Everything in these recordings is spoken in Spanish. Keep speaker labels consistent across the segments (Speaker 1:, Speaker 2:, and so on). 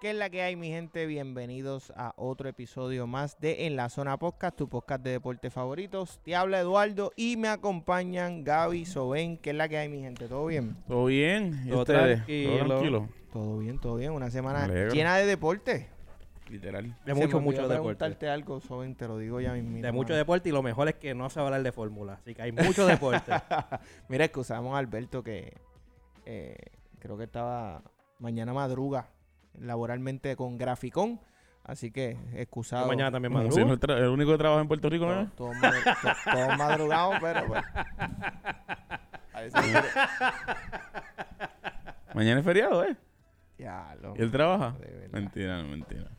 Speaker 1: ¿Qué es la que hay, mi gente? Bienvenidos a otro episodio más de En la Zona Podcast, tu podcast de deportes favoritos. Te habla Eduardo y me acompañan Gaby Soben. ¿Qué es la que hay, mi gente? ¿Todo bien?
Speaker 2: ¿Todo bien? ¿Y
Speaker 3: Todo
Speaker 2: ustedes?
Speaker 3: tranquilo.
Speaker 2: ¿Todo tranquilo?
Speaker 1: Todo bien, todo bien. Una semana
Speaker 2: Me alegro.
Speaker 1: llena de deporte.
Speaker 2: Literal.
Speaker 3: De
Speaker 1: Se me
Speaker 3: mucho,
Speaker 1: olvidó
Speaker 3: mucho deporte.
Speaker 1: preguntarte algo, Soben, te lo digo ya mismo.
Speaker 3: De mucho deporte y lo mejor es que no se va a hablar de fórmula. Así que hay mucho deporte.
Speaker 1: Mira, excusamos a Alberto que eh, creo que estaba mañana madruga laboralmente con Graficón. Así que excusado.
Speaker 3: Y mañana también
Speaker 2: Como
Speaker 3: madruga.
Speaker 2: si no es tra- el único que trabaja en Puerto Rico,
Speaker 1: Todos
Speaker 2: ¿no?
Speaker 1: todo, madrugados, pero pues. A veces quiere-
Speaker 2: Mañana es feriado, ¿eh?
Speaker 1: Ya, lo-
Speaker 2: ¿Y él trabaja?
Speaker 1: De verdad.
Speaker 2: Mentira, no, mentira.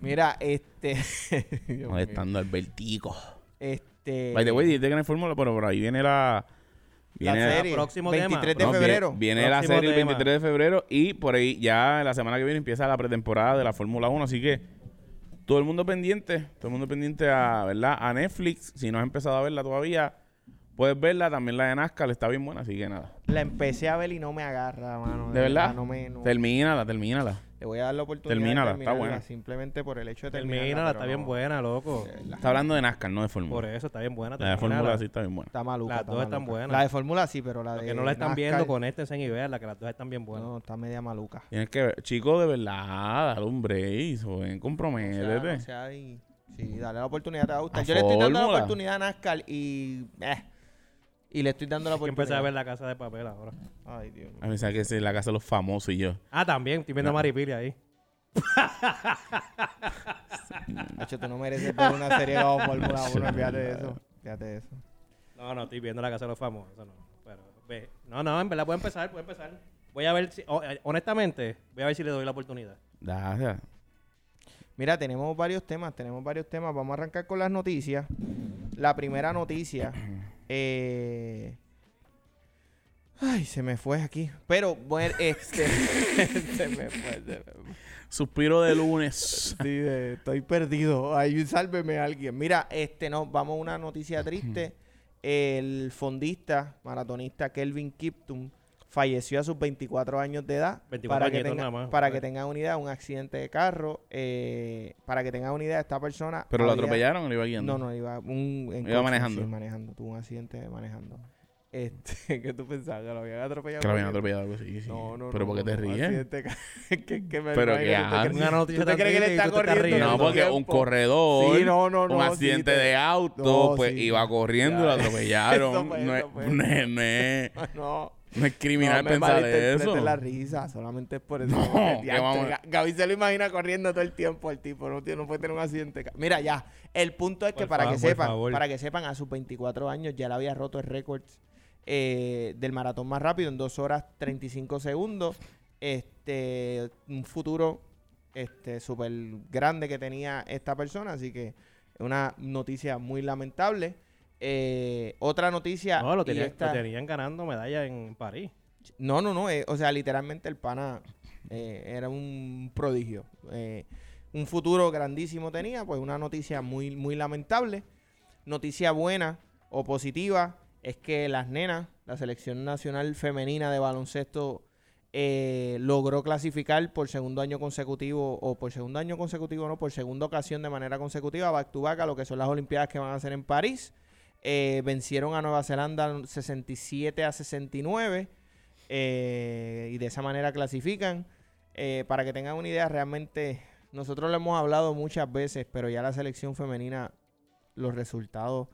Speaker 1: Mira, este. Dios mío.
Speaker 2: Molestando al vertigo.
Speaker 1: Este.
Speaker 2: Eh, By the way, dijiste que no hay fórmula, pero por ahí viene la...
Speaker 1: la
Speaker 2: Viene
Speaker 1: serie.
Speaker 3: próximo tema.
Speaker 1: 23 de
Speaker 2: no, viene-
Speaker 1: febrero.
Speaker 2: Viene, la
Speaker 3: Próximo
Speaker 2: serie el
Speaker 3: tema.
Speaker 2: 23 de febrero y por ahí ya la semana que viene empieza la pretemporada de la Fórmula 1. Así que todo el mundo pendiente, todo el mundo pendiente a, ¿verdad? a Netflix. Si no has empezado a verla todavía, puedes verla. También la de NASCAR está bien buena, así que nada.
Speaker 1: La empecé a ver y no me agarra, mano.
Speaker 2: ¿De verdad?
Speaker 1: No me, no-
Speaker 2: Termínala, termínala.
Speaker 1: Le voy a dar la oportunidad.
Speaker 2: Termínala,
Speaker 1: de
Speaker 2: está
Speaker 1: terminarla,
Speaker 2: buena.
Speaker 1: Simplemente por el hecho de terminarla.
Speaker 3: Termínala, está
Speaker 1: pero
Speaker 3: bien
Speaker 1: no-
Speaker 3: buena, loco.
Speaker 2: Está hablando de NASCAR, no de
Speaker 3: Por
Speaker 2: Fórmula.
Speaker 3: eso está bien buena.
Speaker 2: La de
Speaker 3: termínala.
Speaker 2: Fórmula sí está bien buena.
Speaker 1: Está maluca.
Speaker 3: Las
Speaker 1: está
Speaker 3: dos están
Speaker 1: maluca.
Speaker 3: buenas.
Speaker 1: La de Fórmula sí, pero la de.
Speaker 3: Los que no la están
Speaker 1: NASCAR,
Speaker 3: viendo, conéctense en y verla, que las dos están bien buenas.
Speaker 1: No, está media maluca.
Speaker 2: Tienes que ver. Chico, de verdad, dale un break, joven,
Speaker 1: O sea,
Speaker 2: comprométete.
Speaker 1: no sea ahí. sí, dale la oportunidad, te va a gustar.
Speaker 2: A
Speaker 1: Yo le estoy dando la
Speaker 2: fórmula.
Speaker 1: oportunidad a NASCAR y. eh, y le estoy dando la
Speaker 3: Hay que empezar
Speaker 1: oportunidad.
Speaker 3: a ver la casa de papel ahora.
Speaker 1: Ay, Dios mío.
Speaker 2: A mí sabe que es la casa de los famosos y yo.
Speaker 3: Ah, también, estoy viendo a Maripili ahí.
Speaker 1: Hacho, tú no mereces ver una serie de Fórmula 1. Fíjate de eso. Fíjate de eso.
Speaker 3: No, no, estoy viendo la casa de los famosos. No, pero ve. no, no, en verdad puedo empezar, puedo empezar. Voy a ver si, ho- eh, honestamente, voy a ver si le doy la oportunidad.
Speaker 2: Da, da.
Speaker 1: Mira, tenemos varios temas, tenemos varios temas. Vamos a arrancar con las noticias. La primera noticia. eh, Ay, se me fue aquí. Pero, bueno, este. se me fue, se me fue.
Speaker 2: Suspiro de lunes.
Speaker 1: Sí, de- estoy perdido. Ay, sálveme alguien. Mira, este no, vamos a una noticia triste. El fondista, maratonista Kelvin Kiptum falleció a sus 24 años de edad.
Speaker 3: 24
Speaker 1: para que,
Speaker 3: añitos
Speaker 1: tenga-
Speaker 3: nada más,
Speaker 1: para que
Speaker 3: joder.
Speaker 1: tengan una idea, un accidente de carro. eh, para que tengan una idea, esta persona.
Speaker 2: ¿Pero lo
Speaker 1: había-
Speaker 2: atropellaron o lo iba guiando?
Speaker 1: No, no, iba, un, en
Speaker 2: Iba manejando.
Speaker 1: sí, manejando. Tuvo un accidente manejando. Este, ¿Qué tú pensabas? ¿Que lo habían atropellado?
Speaker 2: Que lo habían
Speaker 1: corriendo?
Speaker 2: atropellado algo así. sí.
Speaker 1: No, no,
Speaker 2: ¿Pero
Speaker 1: no,
Speaker 2: por qué te
Speaker 1: no,
Speaker 2: ríes?
Speaker 1: accidente de carro. que, que me
Speaker 2: Pero
Speaker 1: imagino que tú
Speaker 2: qué
Speaker 1: te
Speaker 2: asco.
Speaker 1: crees-
Speaker 3: Una noticia
Speaker 1: ¿Tú te
Speaker 3: tan
Speaker 1: crees que él
Speaker 3: triste y
Speaker 1: está
Speaker 3: tú te estás
Speaker 1: corriendo?
Speaker 3: riendo.
Speaker 2: No,
Speaker 3: tanto
Speaker 2: porque un corredor,
Speaker 1: Sí, no, no, no,
Speaker 2: un
Speaker 1: sí,
Speaker 2: accidente
Speaker 1: te-
Speaker 2: de auto,
Speaker 1: No,
Speaker 2: pues
Speaker 1: sí.
Speaker 2: iba corriendo y lo
Speaker 1: Ya. Eso
Speaker 2: atropellaron.
Speaker 1: fue,
Speaker 2: no,
Speaker 1: eso
Speaker 2: es-
Speaker 1: fue.
Speaker 2: no es- no es-
Speaker 1: No.
Speaker 2: no es criminal
Speaker 1: no me
Speaker 2: pensar
Speaker 1: malinterpretes
Speaker 2: eso.
Speaker 1: la risa, solamente es por eso.
Speaker 2: No,
Speaker 1: Porque,
Speaker 2: que
Speaker 1: diantre,
Speaker 2: vamos-
Speaker 1: Ga- Gaby se lo imagina corriendo todo el tiempo el tipo, no, tiene- no puede tener un accidente. de ca- Mira ya, el punto es que
Speaker 3: Por
Speaker 1: para que
Speaker 3: favor, por
Speaker 1: sepan,
Speaker 3: favor.
Speaker 1: para que sepan, a sus 24 años ya le había roto el récord eh, del maratón más rápido en 2 horas 35 segundos. Este, un futuro este súper grande que tenía esta persona, así que una noticia muy lamentable. Eh, otra noticia
Speaker 3: No, lo,
Speaker 1: y
Speaker 3: tenía- lo
Speaker 1: esta-
Speaker 3: tenían ganando medalla en París.
Speaker 1: no, no, no. eh, o sea, literalmente el pana eh, era un prodigio. Eh, un futuro grandísimo tenía, pues una noticia muy, muy lamentable. Noticia buena o positiva es que las nenas, la selección nacional femenina de baloncesto, eh, logró clasificar por segundo año consecutivo, o por segundo año consecutivo, no, por segunda ocasión de manera consecutiva, back to back a lo que son las Olimpiadas que van a hacer en París. Eh, vencieron a Nueva Zelanda 67 a 69 eh, y de esa manera clasifican. Eh, para que tengan una idea, realmente nosotros lo hemos hablado muchas veces, pero ya la selección femenina, los resultados,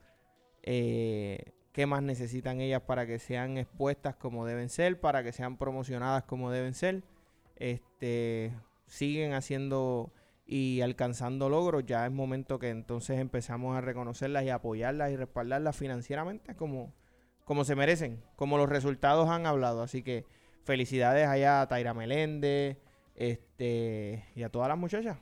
Speaker 1: eh, ¿qué más necesitan ellas para que sean expuestas como deben ser, para que sean promocionadas como deben ser? Este, siguen haciendo y alcanzando logros, ya es momento que entonces empezamos a reconocerlas y apoyarlas y respaldarlas financieramente como, como se merecen, como los resultados han hablado. Así que felicidades allá a Taira Meléndez este, y a todas las muchachas.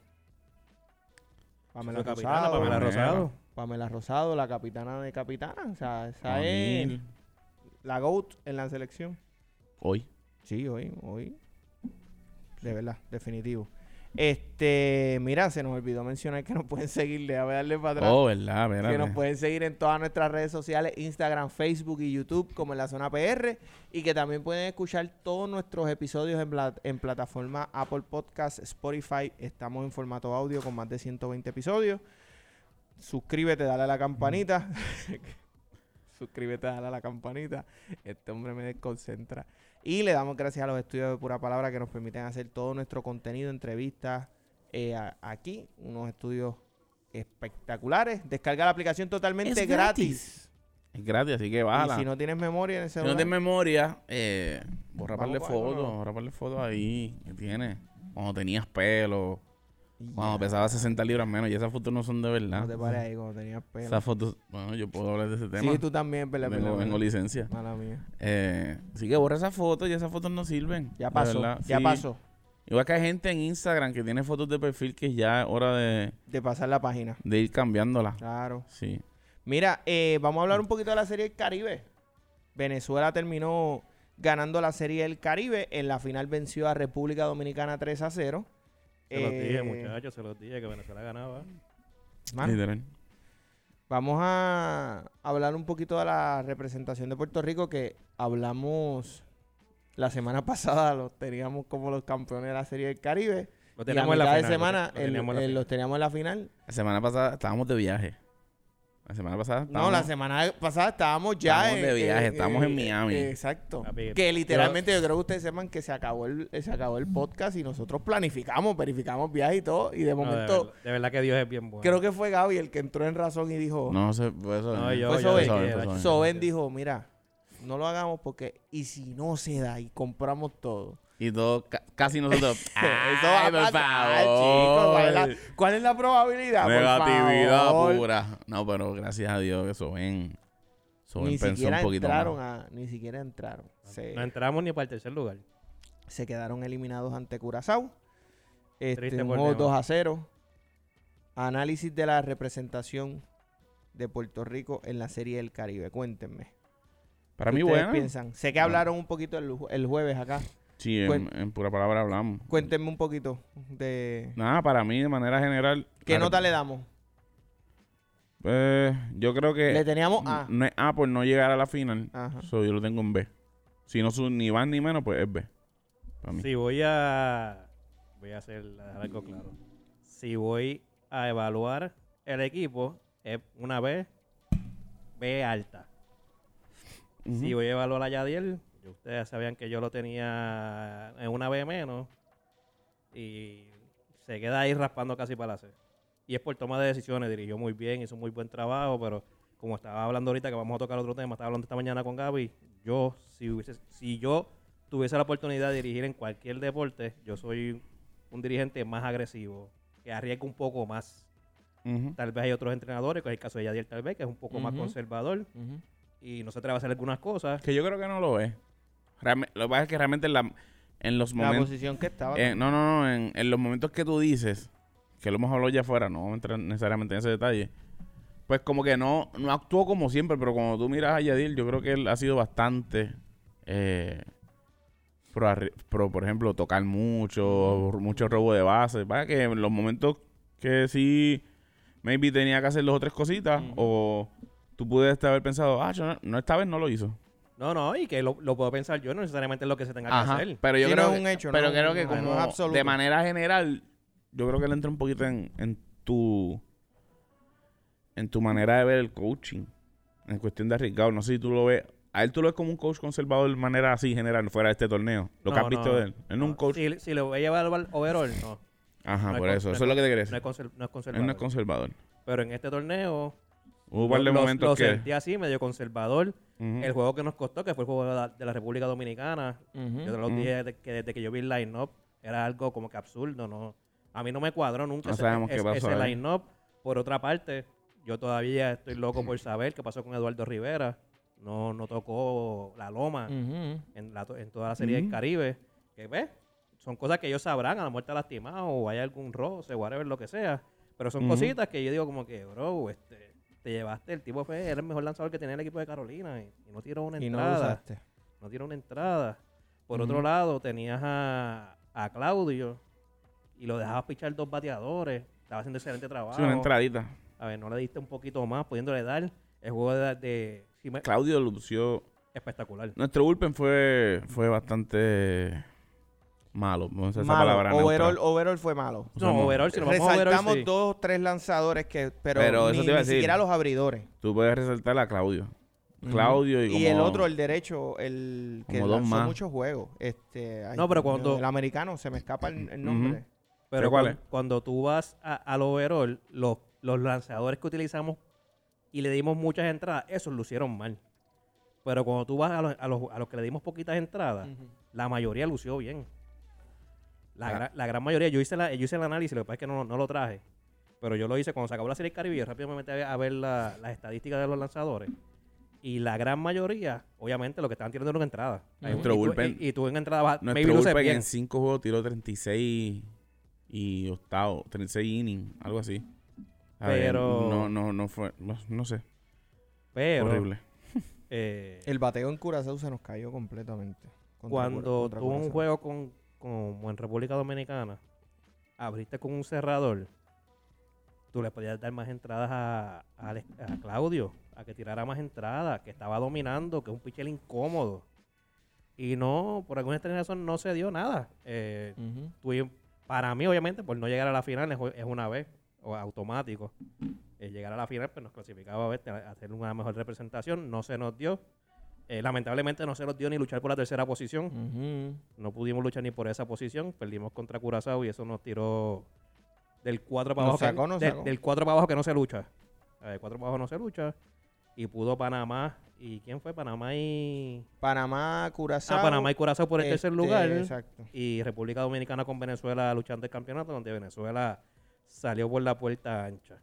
Speaker 1: Pamela
Speaker 3: Fue capitana,
Speaker 1: Rosado,
Speaker 3: Pamela
Speaker 2: Pamela.
Speaker 3: Rosado.
Speaker 1: Pamela Rosado, la capitana de capitana. O sea, esa es
Speaker 2: O'Neal.
Speaker 1: la GOAT en la selección.
Speaker 2: Hoy.
Speaker 1: Sí, hoy, hoy. De verdad, definitivo. Este, mira, se nos olvidó mencionar que nos pueden seguir, déjame darle para atrás.
Speaker 2: Oh, verdad, verdad.
Speaker 1: Que nos pueden seguir en todas nuestras redes sociales, Instagram, Facebook y YouTube, como en la zona PR. Y que también pueden escuchar todos nuestros episodios en, pla- en plataforma Apple Podcast, Spotify. Estamos en formato audio con más de 120 episodios. Suscríbete, dale a la campanita. Suscríbete, dale a la campanita. Este hombre me desconcentra. Y le damos gracias a los estudios de Pura Palabra que nos permiten hacer todo nuestro contenido, entrevistas eh, a- aquí. Unos estudios espectaculares. Descarga la aplicación totalmente
Speaker 2: Es
Speaker 1: gratis.
Speaker 2: gratis. Es gratis, así que
Speaker 1: Y
Speaker 2: bájala.
Speaker 1: si no tienes memoria en el
Speaker 2: Si no
Speaker 1: celular,
Speaker 2: tienes memoria, eh, borra
Speaker 1: Vamos
Speaker 2: par de
Speaker 1: para algo,
Speaker 2: fotos,
Speaker 1: ¿no?
Speaker 2: borra par de fotos ahí que tienes. Cuando tenías pelo,
Speaker 1: ya,
Speaker 2: cuando pesabas 60 libras menos, y esas fotos no son de verdad.
Speaker 1: no te pares ahí cuando tenías pelo.
Speaker 2: Esas fotos, bueno, yo puedo hablar de ese tema.
Speaker 1: sí, tú también, pero
Speaker 2: Tengo, tengo licencia.
Speaker 1: Mala mía.
Speaker 2: Eh, así que borra esas fotos y esas fotos no sirven.
Speaker 1: Ya
Speaker 2: de
Speaker 1: pasó,
Speaker 2: verdad.
Speaker 1: ya
Speaker 2: Sí.
Speaker 1: pasó
Speaker 2: Igual que hay gente en Instagram que tiene fotos de perfil que ya es hora de,
Speaker 1: de pasar la página.
Speaker 2: de ir cambiándola.
Speaker 1: Claro.
Speaker 2: Sí.
Speaker 1: Mira, eh, vamos a hablar
Speaker 3: Mm.
Speaker 1: un poquito de la Serie del Caribe. Venezuela terminó ganando la Serie del Caribe. En la final venció a República Dominicana 3 a 0.
Speaker 3: Se los
Speaker 1: Eh,
Speaker 3: dije, muchachos, se los dije que Venezuela ganaba.
Speaker 1: mano,
Speaker 2: Literal.
Speaker 1: Vamos a hablar un poquito de la representación de Puerto Rico que hablamos la semana pasada, los teníamos como los campeones de la Serie del Caribe. Y
Speaker 3: Lo
Speaker 1: a
Speaker 3: teníamos en la
Speaker 1: mitad
Speaker 3: final.
Speaker 1: de semana
Speaker 3: lo te- lo
Speaker 1: el-
Speaker 3: teníamos en la
Speaker 1: el-
Speaker 3: final.
Speaker 1: los teníamos en la final.
Speaker 2: La semana pasada estábamos de viaje. La semana pasada
Speaker 1: No, la
Speaker 2: estábamos-
Speaker 1: semana pasada estábamos ya eh,
Speaker 2: Estábamos de viaje, estábamos en Miami.
Speaker 1: exacto.
Speaker 3: Papi,
Speaker 1: Que literalmente yo creo que ustedes sepan que se acabó el, eh, se acabó el podcast y nosotros planificamos, verificamos viaje y todo. Y de
Speaker 3: No, de
Speaker 1: momento,
Speaker 3: verdad- de, verdad que Dios es bien bueno.
Speaker 1: creo que fue Gaby el que entró en razón y dijo,
Speaker 2: No sé, fue eso.
Speaker 3: No, yo-
Speaker 1: Fue
Speaker 3: yo
Speaker 1: Soben.
Speaker 3: dije que
Speaker 2: Soben,
Speaker 3: era-
Speaker 2: Soben.
Speaker 1: Soben dijo, mira, no lo hagamos porque y si no se da y compramos todo.
Speaker 2: Y todos, ca- casi nosotros. ¡Ay,
Speaker 1: Eso va a
Speaker 2: por
Speaker 1: pasar,
Speaker 2: favor!
Speaker 1: chicos. ¿Cuál es la, cuál es la probabilidad? por
Speaker 2: Negatividad
Speaker 1: favor?
Speaker 2: pura. No, pero gracias a Dios que Soben, Soben
Speaker 1: Ni
Speaker 2: pensó un
Speaker 1: siquiera
Speaker 2: poquito
Speaker 1: entraron
Speaker 2: más.
Speaker 1: a, ni siquiera entraron. Se,
Speaker 3: No entramos ni para el tercer lugar.
Speaker 1: se quedaron eliminados ante Curazao. Este,
Speaker 3: Triste
Speaker 1: un
Speaker 3: por
Speaker 1: juego
Speaker 3: Leo.
Speaker 1: 2 a 0. Análisis de la representación de Puerto Rico en la Serie del Caribe. Cuéntenme.
Speaker 2: Para
Speaker 1: ¿qué
Speaker 2: mí,
Speaker 1: ustedes
Speaker 2: bueno.
Speaker 1: piensan? Sé que
Speaker 2: Ah.
Speaker 1: hablaron un poquito el, ju- el jueves acá.
Speaker 2: Sí, en,
Speaker 1: Cuen-
Speaker 2: en pura palabra hablamos.
Speaker 1: Cuéntenme un poquito de...
Speaker 2: Nada, para mí, de manera general.
Speaker 1: ¿Qué
Speaker 2: claro,
Speaker 1: nota le damos?
Speaker 2: eh, mm, yo creo que.
Speaker 1: Le teníamos A.
Speaker 2: No es A por no llegar a la final.
Speaker 1: Ajá.
Speaker 2: So, yo lo tengo en B. Si no son ni van ni menos, pues es B. Para mí.
Speaker 3: Si voy a. Voy a hacer a dejar algo claro. Si voy a evaluar el equipo, es una B, B alta.
Speaker 2: Ujú.
Speaker 3: Si voy a evaluar a Yadiel, ya ustedes sabían que yo lo tenía en una B menos. Y se queda ahí raspando casi para la C. Y es por toma de decisiones, dirigió muy bien, hizo muy buen trabajo, pero como estaba hablando ahorita que vamos a tocar otro tema, estaba hablando esta mañana con Gaby, yo si hubiese, si yo tuviese la oportunidad de dirigir en cualquier deporte, yo soy un dirigente más agresivo, que arriesga un poco más.
Speaker 2: Ujú.
Speaker 3: Tal vez hay otros entrenadores, que es el caso de Yadiel tal vez, que es un poco más
Speaker 1: Ujú.
Speaker 3: conservador
Speaker 1: Ujú.
Speaker 3: y no se atreve a hacer algunas cosas.
Speaker 2: Que yo creo que no lo es. Realme- lo que pasa es que realmente en, la- en los
Speaker 1: La
Speaker 2: momentos.
Speaker 1: posición que estaba.
Speaker 2: eh, no, no, no. En, en los momentos que tú dices, que lo hemos hablado ya afuera, no vamos a entrar necesariamente en ese detalle. Pues como que no, no actuó como siempre, pero cuando tú miras a Yadil, yo creo que él ha sido bastante. eh, pro, arri- pro, por ejemplo, tocar mucho, mucho robo de base. Para que en los momentos que sí, maybe tenía que hacer dos o tres cositas, o tú pudiste haber pensado, ah, yo no, no, esta vez no lo hizo.
Speaker 3: No, no, y que lo, lo puedo pensar yo, no necesariamente es lo que se tenga que
Speaker 2: Ajá,
Speaker 3: hacer.
Speaker 2: pero yo
Speaker 1: Sí,
Speaker 2: creo
Speaker 1: no es
Speaker 2: que,
Speaker 1: un hecho,
Speaker 2: pero
Speaker 1: no,
Speaker 2: creo que
Speaker 1: no,
Speaker 2: como
Speaker 1: no es absoluto.
Speaker 2: de manera general, yo creo que le entra un poquito en, en tu en tu manera de ver el coaching, en cuestión de arriesgado. No sé si tú lo ves, a él tú lo ves como un coach conservador de manera así general fuera de este torneo. Lo que
Speaker 3: No,
Speaker 2: has visto
Speaker 3: no.
Speaker 2: de él, él no es un
Speaker 3: No,
Speaker 2: coach.
Speaker 3: Si, si lo voy a llevar al overall, no.
Speaker 2: Ajá,
Speaker 3: No es
Speaker 2: por
Speaker 3: con-
Speaker 2: eso,
Speaker 3: no es
Speaker 2: eso es lo que te querés.
Speaker 3: No es, conser- no
Speaker 2: él
Speaker 3: es conservador.
Speaker 2: no es conservador.
Speaker 3: pero en este torneo
Speaker 2: Hubo un par
Speaker 3: lo-
Speaker 2: de
Speaker 3: lo-
Speaker 2: momentos
Speaker 3: lo
Speaker 2: que
Speaker 3: sentí así, medio conservador.
Speaker 2: Ujú.
Speaker 3: El juego que nos costó, que fue el juego de la, de la República Dominicana,
Speaker 1: Ujú.
Speaker 3: yo te lo
Speaker 2: Ujú.
Speaker 3: dije de- que desde que yo vi el line-up era algo como que absurdo, ¿no? A mí no me cuadró nunca
Speaker 2: No
Speaker 3: ese,
Speaker 2: sabemos qué
Speaker 3: ese-
Speaker 2: pasó
Speaker 3: ese
Speaker 2: ahí.
Speaker 3: line-up. Por otra parte, yo todavía estoy loco por saber qué pasó con Eduardo Rivera. No, no tocó la loma.
Speaker 2: Mm.
Speaker 1: Ujú.
Speaker 3: en, la to- en toda la serie del
Speaker 2: Ujú.
Speaker 3: Caribe. Que ves, son cosas que ellos sabrán, a la muerte lastimado o hay algún roce, whatever, lo que sea. Pero son
Speaker 2: Ujú.
Speaker 3: cositas que yo digo como que, bro, este, te llevaste, el tipo fue, era el mejor lanzador que tenía el equipo de Carolina y, y no tiró una
Speaker 1: Y no lo
Speaker 3: entrada.
Speaker 1: usaste.
Speaker 3: No, tiró una entrada. Por otro lado, tenías a, a Claudio y y lo dejabas pichar dos bateadores. Estaba haciendo excelente trabajo.
Speaker 2: Sí, una entradita.
Speaker 3: A ver, no le diste un poquito más, pudiéndole dar el juego de... de sí me-
Speaker 2: Claudio lució.
Speaker 3: espectacular.
Speaker 2: Nuestro bullpen fue, fue bastante malo. Vamos a usar esa
Speaker 1: Malo.
Speaker 2: palabra neutra.
Speaker 1: Overall, overall fue malo.
Speaker 3: No,
Speaker 2: Usamos-
Speaker 3: overall, si lo vamos a
Speaker 1: Resaltamos
Speaker 3: overall, sí.
Speaker 1: dos tres lanzadores que, pero,
Speaker 2: Pero
Speaker 1: ni,
Speaker 2: eso te iba a
Speaker 1: ni
Speaker 2: decir.
Speaker 1: siquiera los abridores.
Speaker 2: Tú puedes resaltar a Claudio. Claudio y,
Speaker 1: Y,
Speaker 2: como-
Speaker 1: el otro, el derecho, el que
Speaker 2: como dos
Speaker 1: lanzó
Speaker 2: más.
Speaker 1: muchos juegos. Este, ay,
Speaker 3: No, pero
Speaker 1: Dios mío,
Speaker 3: cuando-
Speaker 1: El americano, se me escapa el, el nombre.
Speaker 3: Pero
Speaker 2: ¿Cuál
Speaker 3: cuan-
Speaker 2: es?
Speaker 3: cuando, tú vas a- al overall, los, los lanzadores que utilizamos y le dimos muchas entradas, esos lucieron mal. Pero cuando tú vas a los, a los- a los que le dimos poquitas entradas, la mayoría lució bien. La,
Speaker 2: Ah.
Speaker 3: gra- la gran mayoría, yo hice, la, yo hice el análisis, lo que pasa es que no, no lo traje. Pero yo lo hice cuando se acabó la Serie del Caribe, yo rápidamente a ver, a ver la- las estadísticas de los lanzadores. Y la gran mayoría, obviamente, lo que estaban tirando era una entrada.
Speaker 2: Nuestro
Speaker 3: y, tú-
Speaker 2: bullpen-
Speaker 3: y, y tú en entrada vas, maybe
Speaker 2: Nuestro
Speaker 3: luces
Speaker 2: bullpen
Speaker 3: bien.
Speaker 2: en cinco juegos tiró 36 y octavo, 36 innings, algo así. A ver,
Speaker 3: Pero-
Speaker 2: no, no, no fue. No, no sé.
Speaker 3: Pero,
Speaker 2: horrible.
Speaker 3: eh,
Speaker 1: El bateo en Curazao se nos cayó completamente. Contra Cura-
Speaker 3: cuando
Speaker 1: contra
Speaker 3: tuvo un
Speaker 1: Curazao.
Speaker 3: juego con, como en República Dominicana, abriste con un cerrador, tú le podías dar más entradas a, a Ale- a Claudio, a que tirara más entradas, que estaba dominando, que es un pitcher incómodo. Y no, por alguna extraña razón, no se dio nada. Eh,
Speaker 1: Ujú.
Speaker 3: tuvi- para mí, obviamente, por no llegar a la final es, es una vez, o automático. Eh, llegar a la final, pues nos clasificaba a, ver, a hacer una mejor representación. No se nos dio. Eh, lamentablemente no se nos dio ni luchar por la tercera posición.
Speaker 1: Ujú.
Speaker 3: No pudimos luchar ni por esa posición. Perdimos contra Curazao y eso nos tiró del 4 para
Speaker 1: Nos
Speaker 3: abajo. que-
Speaker 1: sacó, nos
Speaker 3: de-
Speaker 1: sacó.
Speaker 3: Del 4 para abajo que no se lucha. El 4 para abajo no se lucha. Y pudo Panamá. ¿Y quién fue? Panamá y.
Speaker 1: Panamá, Curazao.
Speaker 3: Ah, Panamá y Curazao por el tercer
Speaker 1: este,
Speaker 3: lugar
Speaker 1: Exacto.
Speaker 3: y República Dominicana con Venezuela luchando el campeonato, donde Venezuela salió por la puerta ancha.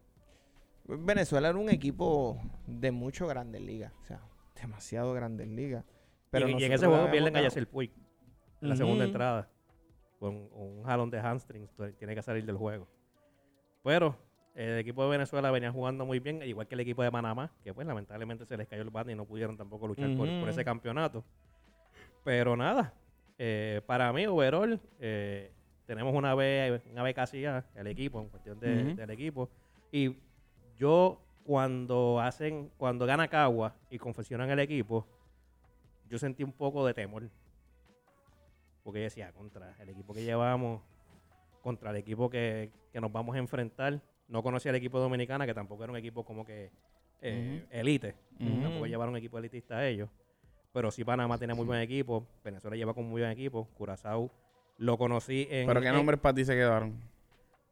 Speaker 1: Venezuela era un equipo de mucho grandes ligas. O sea, demasiado grandes ligas. Pero
Speaker 3: y, y en
Speaker 1: nosotros
Speaker 3: ese
Speaker 1: la
Speaker 3: juego
Speaker 1: habíamos
Speaker 3: pierden a
Speaker 1: ganado.
Speaker 3: Yacel Puig en la segunda
Speaker 1: Ujú.
Speaker 3: entrada con un jalón de hamstrings, tu- tiene que salir del juego. Pero eh, el equipo de Venezuela venía jugando muy bien, igual que el equipo de Panamá, que pues lamentablemente se les cayó el bate y no pudieron tampoco luchar por, por
Speaker 1: Ujú.
Speaker 3: ese campeonato. Pero nada, eh, para mí, overall, eh, tenemos una B, una B casi ya, el equipo, en cuestión de-
Speaker 2: Ujú.
Speaker 3: del equipo. Y yo cuando hacen, cuando gana Cagua y confeccionan el equipo, yo sentí un poco de temor. Porque yo decía, contra el equipo que llevamos, contra el equipo que, que nos vamos a enfrentar. No conocía el equipo dominicana, que tampoco era un equipo como que eh, elite.
Speaker 2: Ujú.
Speaker 3: Tampoco llevaron un equipo elitista a ellos. Pero sí Panamá tenía muy buen equipo. Venezuela lleva con muy buen equipo. Curazao lo conocí en...
Speaker 2: Pero qué
Speaker 3: en-
Speaker 2: nombres para ti se quedaron.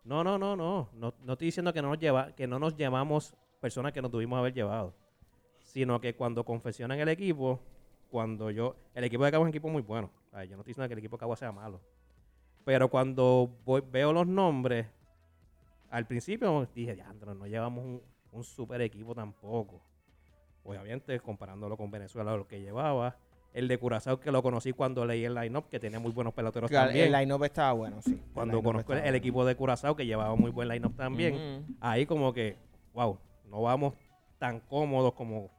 Speaker 3: no, no, no, no. No, no estoy diciendo que no, nos lleva, que no nos llevamos personas que nos tuvimos haber llevado. Sino que cuando confeccionan el equipo, cuando yo. El equipo de Cabo es un equipo muy bueno. Ay, Yo no estoy diciendo que el equipo de Cabo sea malo. Pero cuando voy- veo los nombres, al principio dije, ya, no llevamos un, un super equipo tampoco. Obviamente, comparándolo con Venezuela, lo que llevaba. El de Curazao, que lo conocí cuando leí el line-up, que tenía muy buenos peloteros
Speaker 1: Claro,
Speaker 3: también
Speaker 1: el line-up estaba bueno, sí. El
Speaker 3: cuando
Speaker 1: line-up
Speaker 3: conozco el,
Speaker 1: estaba
Speaker 3: el
Speaker 1: bueno.
Speaker 3: equipo de Curazao, que llevaba muy buen line-up también,
Speaker 1: Ujú.
Speaker 3: ahí como que, wow, no vamos tan cómodos como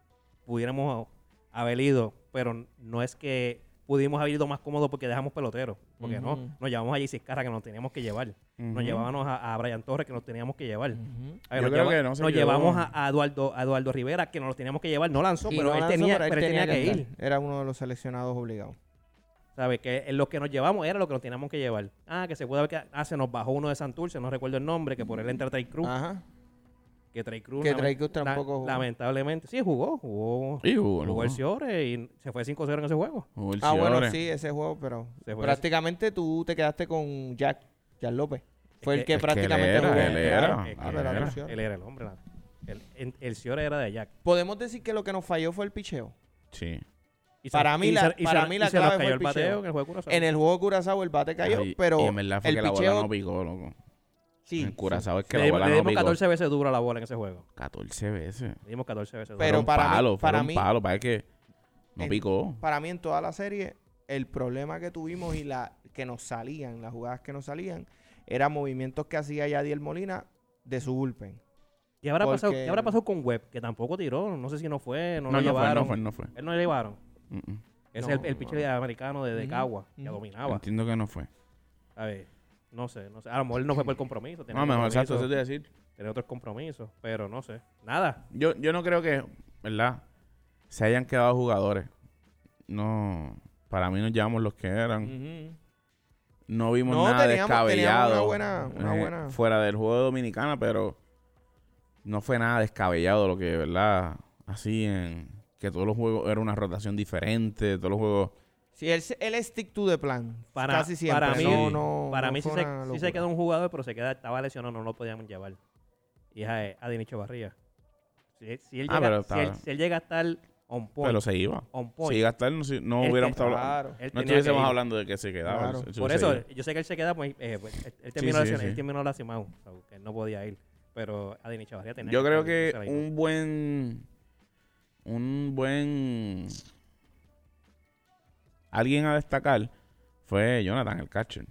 Speaker 3: pudiéramos haber ido, pero no es que pudimos haber ido más cómodos porque dejamos peloteros, porque
Speaker 1: Ujú.
Speaker 3: no, nos llevamos a Jaycee Carra que nos teníamos que llevar,
Speaker 2: Ujú.
Speaker 3: nos llevábamos a, a Brian Torres que nos teníamos que llevar.
Speaker 1: Ujú.
Speaker 3: A ver,
Speaker 2: Yo
Speaker 3: nos
Speaker 2: creo
Speaker 3: lleva-
Speaker 2: que no se
Speaker 3: nos
Speaker 2: quedó.
Speaker 3: llevamos a, a Eduardo, a Eduardo Rivera que nos los teníamos que llevar, no lanzó,
Speaker 1: Y
Speaker 3: pero,
Speaker 1: no
Speaker 3: él
Speaker 1: lanzó,
Speaker 3: tenía,
Speaker 1: pero él
Speaker 3: tenía que ir.
Speaker 1: entrar. Era uno de los seleccionados obligados.
Speaker 3: ¿Sabes? Que en lo que nos llevamos era lo que nos teníamos que llevar. Ah, que se puede ver que ah, se nos bajó uno de Santurce, no recuerdo el nombre, que por él entra Trey Cruz.
Speaker 1: Ajá.
Speaker 3: Que Trey Cruz.
Speaker 1: Ah, Que
Speaker 3: lamen-
Speaker 1: Trey Cruz
Speaker 3: la-
Speaker 1: tampoco jugó.
Speaker 3: Lamentablemente. Sí, jugó. Jugó,
Speaker 2: Sí, jugó,
Speaker 3: jugó el
Speaker 2: jugó.
Speaker 3: Ciore y se fue 5-0 en ese juego.
Speaker 2: Jugó el
Speaker 1: Ah, bueno,
Speaker 2: Ciore.
Speaker 1: sí, ese juego, pero
Speaker 3: Se fue
Speaker 1: prácticamente tú te quedaste con Jack, Jack López. Fue
Speaker 3: Es
Speaker 1: el
Speaker 3: que-
Speaker 1: que,
Speaker 2: es que él
Speaker 1: prácticamente
Speaker 2: era,
Speaker 1: jugó.
Speaker 2: él era.
Speaker 1: Claro.
Speaker 3: Es
Speaker 1: Ah,
Speaker 3: que él,
Speaker 1: pero
Speaker 3: era,
Speaker 1: Ciore.
Speaker 3: él era el hombre. la- El, en- el Ciore era de Jack.
Speaker 1: Podemos decir que lo que nos falló fue el picheo.
Speaker 2: Sí.
Speaker 3: Y
Speaker 1: Para mí la-
Speaker 3: se- y se-
Speaker 1: para
Speaker 3: y
Speaker 1: mí la
Speaker 3: se nos
Speaker 1: clave fue
Speaker 3: cayó
Speaker 1: el
Speaker 3: el bateo
Speaker 1: picheo.
Speaker 3: en el juego de Curazao.
Speaker 1: En el juego de Curazao el bate cayó,
Speaker 2: Ay,
Speaker 1: pero
Speaker 2: y en verdad fue
Speaker 1: el
Speaker 2: que la bola
Speaker 1: picheo
Speaker 2: no picó, loco.
Speaker 1: sí.
Speaker 2: en Curazao es que
Speaker 3: Le,
Speaker 2: la
Speaker 3: dimos-
Speaker 2: bola
Speaker 3: le
Speaker 2: no
Speaker 3: dimos
Speaker 2: picó. 14,
Speaker 3: 14 veces duro a la bola en ese juego.
Speaker 2: veces.
Speaker 3: Le dimos 14 veces duro.
Speaker 1: Pero
Speaker 2: Fue un
Speaker 1: para mí-
Speaker 2: palo,
Speaker 1: para
Speaker 2: fue un
Speaker 1: mí-
Speaker 2: palo. Para que no
Speaker 1: en-
Speaker 2: picó.
Speaker 1: Para mí en toda la serie el problema que tuvimos y la que nos salían, las jugadas que nos salían, eran movimientos que hacía Yadiel Molina de su bullpen.
Speaker 3: ¿Qué habrá, pasado,
Speaker 1: porque-
Speaker 3: ¿Qué habrá pasado con Webb? Que tampoco tiró. No sé si no fue, no,
Speaker 2: No,
Speaker 3: lo
Speaker 2: no fue,
Speaker 3: llevaron.
Speaker 2: no fue, no fue.
Speaker 3: Él no lo llevaron.
Speaker 2: Mm, mm.
Speaker 3: Ese
Speaker 1: No,
Speaker 3: es el, el pitcher americano de, de
Speaker 1: Ujú,
Speaker 3: Cagua, que
Speaker 1: ujú.
Speaker 3: dominaba.
Speaker 2: Entiendo que no fue.
Speaker 3: ¿sabes? No sé, no sé. A lo mejor no fue por compromiso. tenía
Speaker 2: No, mejor,
Speaker 3: compromiso,
Speaker 2: exacto, eso te iba a decir.
Speaker 3: Tenía otros compromisos, pero no sé. Nada.
Speaker 2: Yo, yo no creo que, ¿verdad? Se hayan quedado jugadores. No, para mí nos llevamos los que
Speaker 3: Mm.
Speaker 2: eran.
Speaker 1: Ujú.
Speaker 2: No vimos
Speaker 1: No,
Speaker 2: nada
Speaker 1: teníamos- teníamos
Speaker 2: descabellado. eh,
Speaker 1: una buena- una buena-
Speaker 2: Fuera del juego de Dominicana, pero no fue nada descabellado lo que, ¿verdad? Así en que todos los juegos era una rotación diferente, todos los juegos.
Speaker 1: Sí, él, se- él es stick to the plan.
Speaker 3: Para-
Speaker 1: casi siempre.
Speaker 3: para
Speaker 2: mí-
Speaker 1: no, no,
Speaker 3: Para
Speaker 1: no
Speaker 3: mí sí
Speaker 1: fue
Speaker 3: se,
Speaker 1: una
Speaker 3: sí se
Speaker 1: locura.
Speaker 3: quedó un jugador, pero se queda, estaba lesionado, no lo podíamos llevar. Y es a, a Dinicho Barría. Si, él- si él
Speaker 2: Ah,
Speaker 3: llega,
Speaker 2: pero
Speaker 3: si
Speaker 2: estaba-
Speaker 3: él- si él llega a estar on point,
Speaker 2: Pero se iba.
Speaker 3: on
Speaker 2: Si
Speaker 3: point,
Speaker 2: iba a estar, no, se- no
Speaker 3: Este,
Speaker 2: hubiéramos estado hablando.
Speaker 1: Claro.
Speaker 3: él
Speaker 2: No
Speaker 3: tenía que
Speaker 2: estuviésemos
Speaker 3: ir.
Speaker 2: hablando de que se quedaba.
Speaker 1: Claro.
Speaker 2: se- se-
Speaker 3: Por
Speaker 2: se
Speaker 3: eso,
Speaker 2: iba.
Speaker 3: yo sé que él se queda, pues, eh, pues, él, él terminó
Speaker 2: sí,
Speaker 3: lesionado,
Speaker 2: sí.
Speaker 3: él terminó lesionado, o sea, que él no podía ir. Pero Adini Chavarría tenía
Speaker 2: Yo creo
Speaker 3: estar,
Speaker 2: que
Speaker 3: se la llevó.
Speaker 2: un buen. Un buen. Alguien a destacar fue Jonathan, el catcher.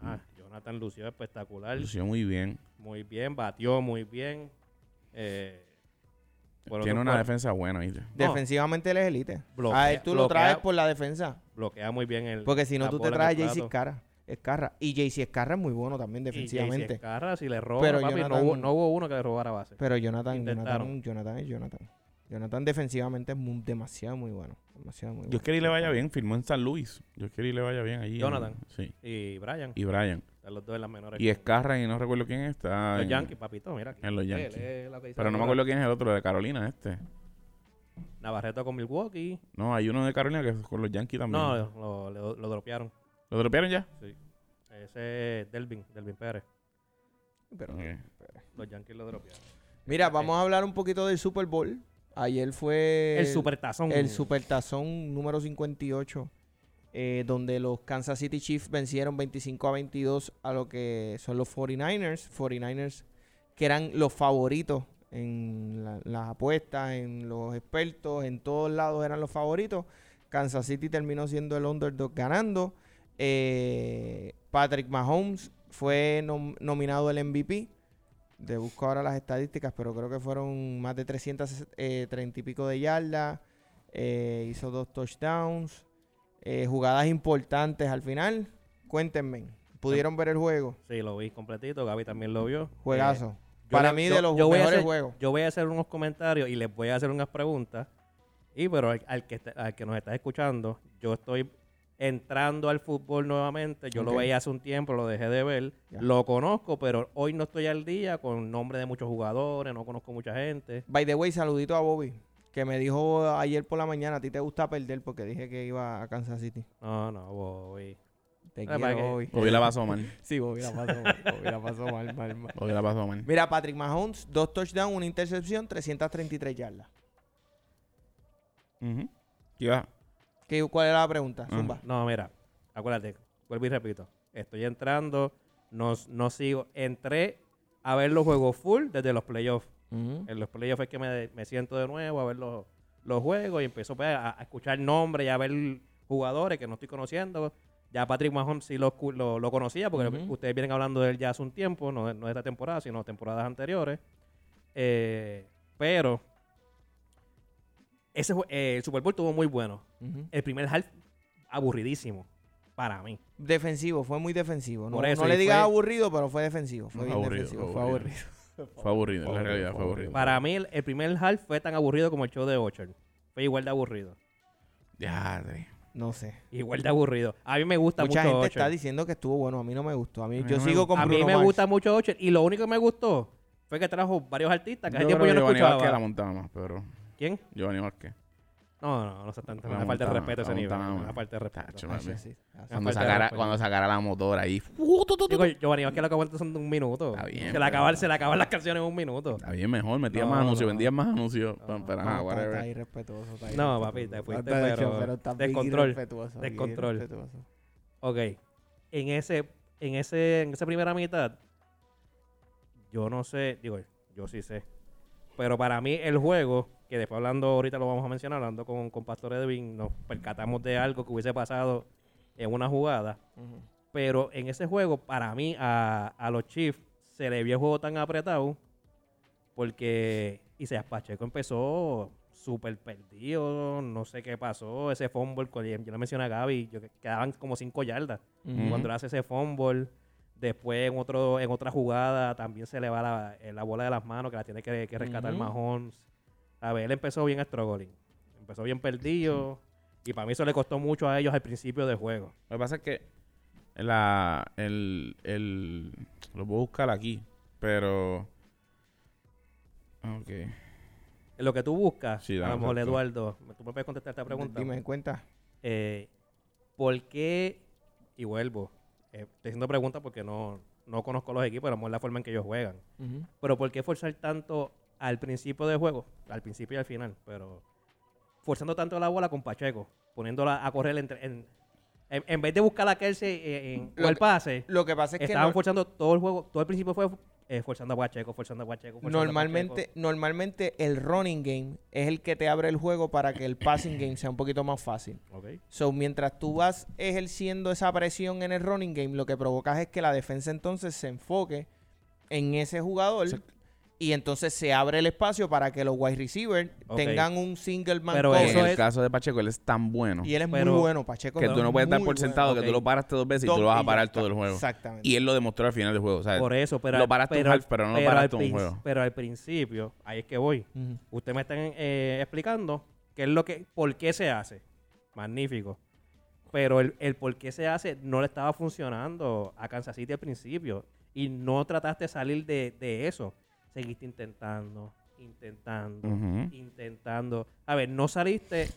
Speaker 3: Ah,
Speaker 2: Mm.
Speaker 3: Jonathan lució espectacular,
Speaker 2: Lució muy bien.
Speaker 3: muy bien, batió muy bien. eh, por
Speaker 2: Tiene
Speaker 3: otro-
Speaker 2: una
Speaker 3: por-
Speaker 2: defensa buena, ¿viste?
Speaker 3: No.
Speaker 1: Defensivamente él es elite.
Speaker 3: Bloquea-
Speaker 1: A él tú lo traes
Speaker 3: bloquea-
Speaker 1: por la defensa.
Speaker 3: Bloquea muy bien el.
Speaker 1: Porque si no,
Speaker 3: la
Speaker 1: tú te
Speaker 3: bola en
Speaker 1: traes
Speaker 3: el
Speaker 1: a JC
Speaker 3: plato.
Speaker 1: Escarra. Escarra. Y JC Escarra es muy bueno también
Speaker 3: Y Jaycee
Speaker 1: defensivamente.
Speaker 3: Escarra, si le roba,
Speaker 1: Pero
Speaker 3: papi, no,
Speaker 1: Jonathan-
Speaker 3: hubo, no hubo uno que le robara base.
Speaker 1: Pero Jonathan, Jonathan,
Speaker 3: Intentaron.
Speaker 1: Jonathan es Jonathan. Jonathan defensivamente es mu- demasiado muy bueno. Demasiado muy bueno.
Speaker 2: Yo es que le vaya bien. Firmó en San Luis. Yo es que le vaya bien allí.
Speaker 3: Jonathan.
Speaker 2: Sí.
Speaker 3: Y Brian,
Speaker 2: Y Brian.
Speaker 3: están los dos en las menores.
Speaker 2: Y Escarra, y no recuerdo quién está.
Speaker 3: los
Speaker 2: en-
Speaker 3: Yankees, papito, mira. aquí.
Speaker 2: en los
Speaker 3: Él
Speaker 2: Yankees.
Speaker 3: es la que dice
Speaker 2: Pero no me
Speaker 3: ahora.
Speaker 2: acuerdo quién es el otro, de Carolina, este.
Speaker 3: Navarreto con Milwaukee.
Speaker 2: No, hay uno de Carolina que es con los Yankees también.
Speaker 3: No, lo, lo, lo dropearon.
Speaker 2: ¿Lo dropearon ya?
Speaker 3: Ese es Delvin, Delvin Pérez.
Speaker 1: Pero-
Speaker 2: Ok.
Speaker 3: Los Yankees lo dropearon.
Speaker 1: Mira, vamos a hablar un poquito del Super Bowl. Ayer fue
Speaker 3: el supertazón.
Speaker 1: el supertazón número 58, eh, donde los Kansas City Chiefs vencieron 25 a 22 a lo que son los 49ers. 49ers que eran los favoritos en la- las apuestas, en los expertos, en todos lados eran los favoritos. Kansas City terminó siendo el underdog ganando. Eh, Patrick Mahomes fue nom- nominado el MVP. Te busco ahora las estadísticas, pero creo que fueron más de 330 y pico de yardas. Eh, hizo dos touchdowns. Eh, jugadas importantes al final. Cuéntenme, ¿pudieron ver el juego?
Speaker 3: Sí, lo vi completito. Gaby también lo vio. Eh,
Speaker 1: Juegazo.
Speaker 3: yo
Speaker 1: Para
Speaker 3: le-
Speaker 1: mí,
Speaker 3: yo-
Speaker 1: de los
Speaker 3: yo voy a
Speaker 1: mejores
Speaker 3: hacer-
Speaker 1: juegos.
Speaker 3: Yo voy a hacer unos comentarios y les voy a hacer unas preguntas. Y pero al, al que, está- al que nos está escuchando, yo estoy entrando al fútbol nuevamente. Yo
Speaker 1: Ok.
Speaker 3: lo veía hace un tiempo, lo dejé de ver.
Speaker 1: Ya.
Speaker 3: Lo conozco, pero hoy no estoy al día con nombre de muchos jugadores, no conozco mucha gente.
Speaker 1: By the way, saludito a Bobby, que me dijo ayer por la mañana, a ti te gusta perder porque dije que iba a Kansas City.
Speaker 3: No, no, voy.
Speaker 1: Te
Speaker 3: Ah,
Speaker 1: quiero,
Speaker 3: para que-
Speaker 1: Bobby.
Speaker 2: Hoy la pasó mal.
Speaker 1: Sí, Bobby la pasó mal, Bobby la pasó mal, mal, mal.
Speaker 2: Hoy la pasó mal.
Speaker 1: Mira, Patrick Mahomes, dos touchdowns, una intercepción, 333 yardas.
Speaker 2: Ujú. Ya.
Speaker 1: ¿Qué, ¿Cuál era la pregunta? Zumba.
Speaker 3: No, mira, acuérdate, vuelvo y repito. Estoy entrando, no, no sigo. Entré a ver los juegos full desde los playoffs. En los playoffs es que me, me siento de nuevo a ver los, los juegos y empiezo pues, a, a escuchar nombres y a ver jugadores que no estoy conociendo. Ya Patrick Mahomes sí lo, escu- lo, lo conocía porque
Speaker 1: Ujú.
Speaker 3: ustedes vienen hablando de él ya hace un tiempo, no, de- no de esta temporada, sino temporadas anteriores. Eh, pero ese, jue- eh, el Super Bowl estuvo muy bueno.
Speaker 1: Ujú.
Speaker 3: El primer half aburridísimo para mí.
Speaker 1: Defensivo, fue muy defensivo. No,
Speaker 3: Por eso,
Speaker 1: no le
Speaker 3: y
Speaker 1: digas
Speaker 3: fue-
Speaker 1: aburrido, pero fue defensivo. Fue bien
Speaker 2: Aburrido,
Speaker 1: defensivo, fue
Speaker 2: aburrido.
Speaker 1: aburrido.
Speaker 2: Fue aburrido, en la realidad fue aburrido.
Speaker 3: Para mí el, el primer half fue tan aburrido como el show de Ocher. Fue igual de aburrido.
Speaker 2: Ya, de-
Speaker 1: No sé.
Speaker 3: Igual de aburrido. A mí me gusta
Speaker 1: Mucha
Speaker 3: mucho
Speaker 1: gente
Speaker 3: Ocher.
Speaker 1: está diciendo que estuvo bueno. A mí no me gustó. A mí,
Speaker 2: A mí
Speaker 1: yo
Speaker 2: no me
Speaker 1: sigo
Speaker 2: gustó.
Speaker 1: con
Speaker 3: a mí
Speaker 1: Bruno
Speaker 3: me
Speaker 1: Mars.
Speaker 3: gusta mucho Ocher y lo único que me gustó fue que trajo varios artistas que hace
Speaker 2: Yo
Speaker 3: tiempo yo
Speaker 2: creo
Speaker 3: no
Speaker 2: que Giovanni Vázquez la
Speaker 3: escuchaba.
Speaker 2: montaba más, pero
Speaker 3: ¿Quién?
Speaker 2: Giovanni
Speaker 1: Ah,
Speaker 2: Vázquez.
Speaker 3: No, no, no sé tanto.
Speaker 2: La
Speaker 3: Una falta de
Speaker 2: montaba,
Speaker 3: respeto a ese
Speaker 2: la
Speaker 3: nivel.
Speaker 2: montaba.
Speaker 3: Una falta de
Speaker 2: Tacho,
Speaker 3: respeto.
Speaker 1: Ah, sí,
Speaker 2: mami.
Speaker 1: sí. Ah, sí.
Speaker 2: Cuando
Speaker 3: falta de
Speaker 2: sacara,
Speaker 3: respeto.
Speaker 2: cuando sacara la motora ahí.
Speaker 3: Digo, Giovanni Vázquez lo que aguanta son de un minuto.
Speaker 2: Está bien,
Speaker 3: se, le
Speaker 2: pero-
Speaker 3: acaban, se le acaban las canciones en un minuto.
Speaker 2: Está bien mejor, metía
Speaker 3: No,
Speaker 2: más
Speaker 3: no,
Speaker 2: anuncios,
Speaker 3: no.
Speaker 2: vendía más anuncios. Pero, pero,
Speaker 1: No,
Speaker 2: ajá,
Speaker 1: está- está
Speaker 2: whatever.
Speaker 1: irrespetuoso, está
Speaker 3: No,
Speaker 1: irrespetuoso.
Speaker 3: papi, te fuiste,
Speaker 1: Está hecho,
Speaker 3: pero
Speaker 1: está bien
Speaker 3: descontrol,
Speaker 1: irrespetuoso, bien
Speaker 3: descontrol.
Speaker 1: irrespetuoso.
Speaker 3: Ok. En ese, en ese, en esa primera mitad, yo no sé, digo, yo sí sé. Pero para mí el juego, que después hablando, ahorita lo vamos a mencionar, hablando con, con Pastor Edwin, nos percatamos de algo que hubiese pasado en una jugada.
Speaker 1: Ujú.
Speaker 3: Pero en ese juego, para mí, a, a los Chiefs se le vio el juego tan apretado porque Isaías Pacheco empezó súper perdido, no sé qué pasó, ese fumble, con- yo le mencioné a Gaby, yo- quedaban como cinco yardas
Speaker 1: Ujú.
Speaker 3: cuando él hace ese fumble. Después en otro en otra jugada también se le va la, eh, la bola de las manos que la tiene que, que rescatar
Speaker 1: Ujú.
Speaker 3: Mahomes. A ver, él empezó bien struggling. Empezó bien perdido. Y para mí eso le costó mucho a ellos al principio del juego.
Speaker 2: Lo que pasa es que la, el, el, lo puedo buscar aquí, pero... Ok.
Speaker 3: En Lo que tú buscas,
Speaker 2: Sí,
Speaker 3: a
Speaker 2: dame
Speaker 3: lo mejor,
Speaker 2: exacto.
Speaker 3: Eduardo, tú me puedes contestar esta pregunta.
Speaker 1: Dime cuenta.
Speaker 3: eh, ¿Por qué? Y vuelvo. eh, estoy haciendo preguntas porque no, no conozco los equipos, pero a lo mejor la forma en que ellos juegan. Pero ¿por qué forzar tanto al principio del juego? Al principio y al final, pero forzando tanto la bola con Pacheco, poniéndola a correr entre- en, en, en vez de buscar a Kelsey eh, en,
Speaker 1: Lo
Speaker 3: o el
Speaker 1: que-
Speaker 3: pase,
Speaker 1: Lo que pasa es que
Speaker 3: estaban
Speaker 1: no-
Speaker 3: forzando todo el juego, todo el principio fue eh, forzando a Pacheco, forzando a Pacheco. forzando a
Speaker 1: normalmente,
Speaker 3: Pacheco.
Speaker 1: normalmente el running game es el que te abre el juego para que el passing game sea un poquito más fácil.
Speaker 3: Ok.
Speaker 1: So, mientras tú vas ejerciendo esa presión en el running game, lo que provocas es que la defensa entonces se enfoque en ese jugador y entonces se abre el espacio para que los wide receivers
Speaker 3: Ok.
Speaker 1: tengan un single man
Speaker 3: Pero
Speaker 1: coverage.
Speaker 2: en
Speaker 3: eso
Speaker 2: el
Speaker 3: es-
Speaker 2: caso de Pacheco, él es tan bueno
Speaker 1: y él es
Speaker 3: pero-
Speaker 1: muy bueno, Pacheco.
Speaker 2: que
Speaker 1: es
Speaker 2: tú no puedes dar
Speaker 1: muy
Speaker 2: por
Speaker 1: bueno.
Speaker 2: sentado
Speaker 3: ok.
Speaker 2: que tú lo paraste dos veces y
Speaker 1: Dos-
Speaker 2: tú lo vas
Speaker 1: y
Speaker 2: a
Speaker 1: ya
Speaker 2: parar
Speaker 1: está.
Speaker 2: todo el juego.
Speaker 1: Exactamente.
Speaker 2: Y él lo demostró al final del juego. ¿sabes?
Speaker 3: Por eso, pero
Speaker 2: Lo
Speaker 3: al-
Speaker 2: paraste un
Speaker 3: pero al-
Speaker 2: half, pero no lo
Speaker 3: al
Speaker 2: paraste un
Speaker 3: prin-
Speaker 2: juego.
Speaker 3: Pero al principio, ahí es que voy.
Speaker 1: Ujú.
Speaker 3: Ustedes me están eh, explicando qué es lo que, por qué se hace. Magnífico. Pero el, el por qué se hace no le estaba funcionando a Kansas City al principio. Y no trataste de salir de, de eso. Seguiste intentando, intentando,
Speaker 2: Ujú.
Speaker 3: intentando. A ver, no saliste.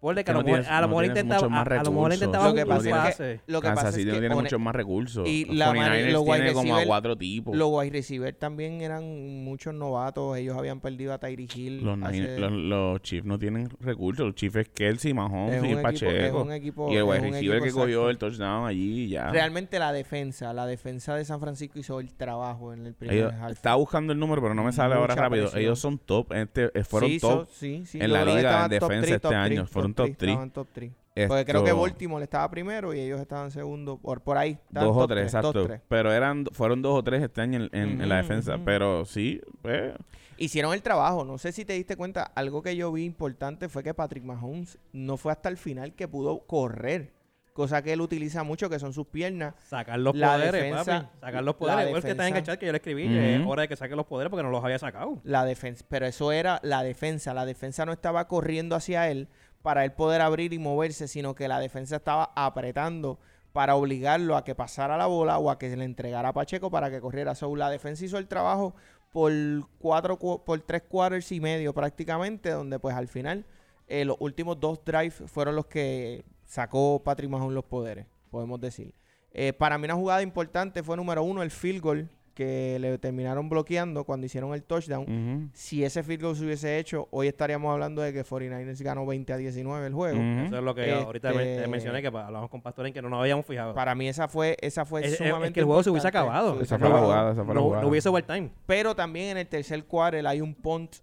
Speaker 3: Por de
Speaker 2: Mm. Que
Speaker 3: que a lo
Speaker 2: no
Speaker 3: mejor
Speaker 2: tienes-
Speaker 3: a lo
Speaker 2: no
Speaker 3: mejor
Speaker 2: tienes
Speaker 3: intentaba-
Speaker 2: muchos más
Speaker 3: a- a lo mejor
Speaker 2: recursos.
Speaker 3: intentaba
Speaker 1: Lo que
Speaker 3: un
Speaker 2: no
Speaker 1: pasa es
Speaker 3: pase.
Speaker 1: que, lo que,
Speaker 2: Kansas
Speaker 1: pasa
Speaker 2: City
Speaker 1: es
Speaker 2: no
Speaker 1: que
Speaker 2: tiene
Speaker 1: pone-
Speaker 2: muchos más recursos.
Speaker 1: y
Speaker 2: los
Speaker 1: la
Speaker 2: 49ers
Speaker 1: mari- los wide
Speaker 2: tiene como a
Speaker 1: receiver-
Speaker 2: cuatro tipos.
Speaker 1: los wide receivers también eran muchos novatos. Ellos habían perdido a Tyree Hill.
Speaker 2: Los,
Speaker 1: hace-
Speaker 2: Niners- los, los Chiefs no tienen recursos. Los Chiefs es Kelsey, Mahomes
Speaker 1: Es un
Speaker 2: y
Speaker 1: equipo- es
Speaker 2: Pacheco.
Speaker 1: un equipo-
Speaker 2: y el
Speaker 1: es
Speaker 2: wide
Speaker 1: un
Speaker 2: receiver que
Speaker 1: equipo
Speaker 2: cogió
Speaker 1: exacto.
Speaker 2: el touchdown allí y ya.
Speaker 1: Realmente la defensa, la defensa de San Francisco hizo el trabajo en el primer
Speaker 2: Ellos- eh,
Speaker 1: half.
Speaker 2: estaba buscando el número, pero no me sale ahora
Speaker 1: Mucha
Speaker 2: rápido.
Speaker 1: presión.
Speaker 2: Ellos son top. Este, eh, fueron
Speaker 1: Sí, so-
Speaker 2: top.
Speaker 1: sí, sí,
Speaker 2: en
Speaker 1: yo
Speaker 2: la
Speaker 1: creo que
Speaker 2: liga
Speaker 1: estaban
Speaker 2: en
Speaker 1: top
Speaker 2: defensa
Speaker 1: three,
Speaker 2: este
Speaker 1: top
Speaker 2: año.
Speaker 1: three,
Speaker 2: Fueron top three.
Speaker 1: Estaban top three. Porque creo
Speaker 2: Esto-
Speaker 1: que Baltimore estaba primero y ellos estaban segundo. Por, por ahí. estaban
Speaker 2: dos o
Speaker 1: top
Speaker 2: tres,
Speaker 1: top
Speaker 2: exacto.
Speaker 1: tres.
Speaker 2: Pero eran, fueron dos o tres este año en, en- en la
Speaker 1: Ujú,
Speaker 2: defensa.
Speaker 1: ujú.
Speaker 2: Pero sí, eh,
Speaker 1: Hicieron el trabajo. No sé si te diste cuenta. Algo que yo vi importante fue que Patrick Mahomes no fue hasta el final que pudo correr. Cosa que él utiliza mucho, que son sus piernas.
Speaker 3: Sacar los
Speaker 1: La
Speaker 3: poderes,
Speaker 1: defensa-
Speaker 3: papi. Sacar los
Speaker 1: la
Speaker 3: poderes. Igual que está en el
Speaker 1: defensa-
Speaker 3: chat que yo le escribí.
Speaker 2: Ujú.
Speaker 3: que Es hora de que saque los poderes porque no los había sacado.
Speaker 1: La defensa. Pero eso era la defensa. La defensa no estaba corriendo hacia él para él poder abrir y moverse, sino que la defensa estaba apretando para obligarlo a que pasara la bola o a que se le entregara a Pacheco para que corriera. So, la defensa hizo el trabajo por cuatro cu- por tres quarters y medio prácticamente, donde pues al final eh, los últimos dos drives fueron los que sacó Patrick Mahomes los poderes, podemos decir. Eh, para mí una jugada importante fue número uno, el field goal que le terminaron bloqueando cuando hicieron el touchdown.
Speaker 2: ujú,
Speaker 1: Si ese field goal se hubiese hecho, hoy estaríamos hablando de que 49ers ganó 20 a 19 el juego.
Speaker 2: ujú.
Speaker 3: Eso es lo que
Speaker 1: Este-
Speaker 3: ahorita me- te mencioné que pa- hablamos con Pastor en que no nos habíamos fijado.
Speaker 1: Para mí esa fue esa fue
Speaker 3: es, es- es
Speaker 1: sumamente
Speaker 3: que el juego se hubiese
Speaker 1: importante.
Speaker 3: acabado.
Speaker 1: Se
Speaker 2: Esa
Speaker 1: hubiese
Speaker 2: fue la
Speaker 1: acabado.
Speaker 2: jugada, esa fue la
Speaker 3: no,
Speaker 2: jugada.
Speaker 3: no hubiese overtime.
Speaker 1: Pero también en el tercer quarter hay un punt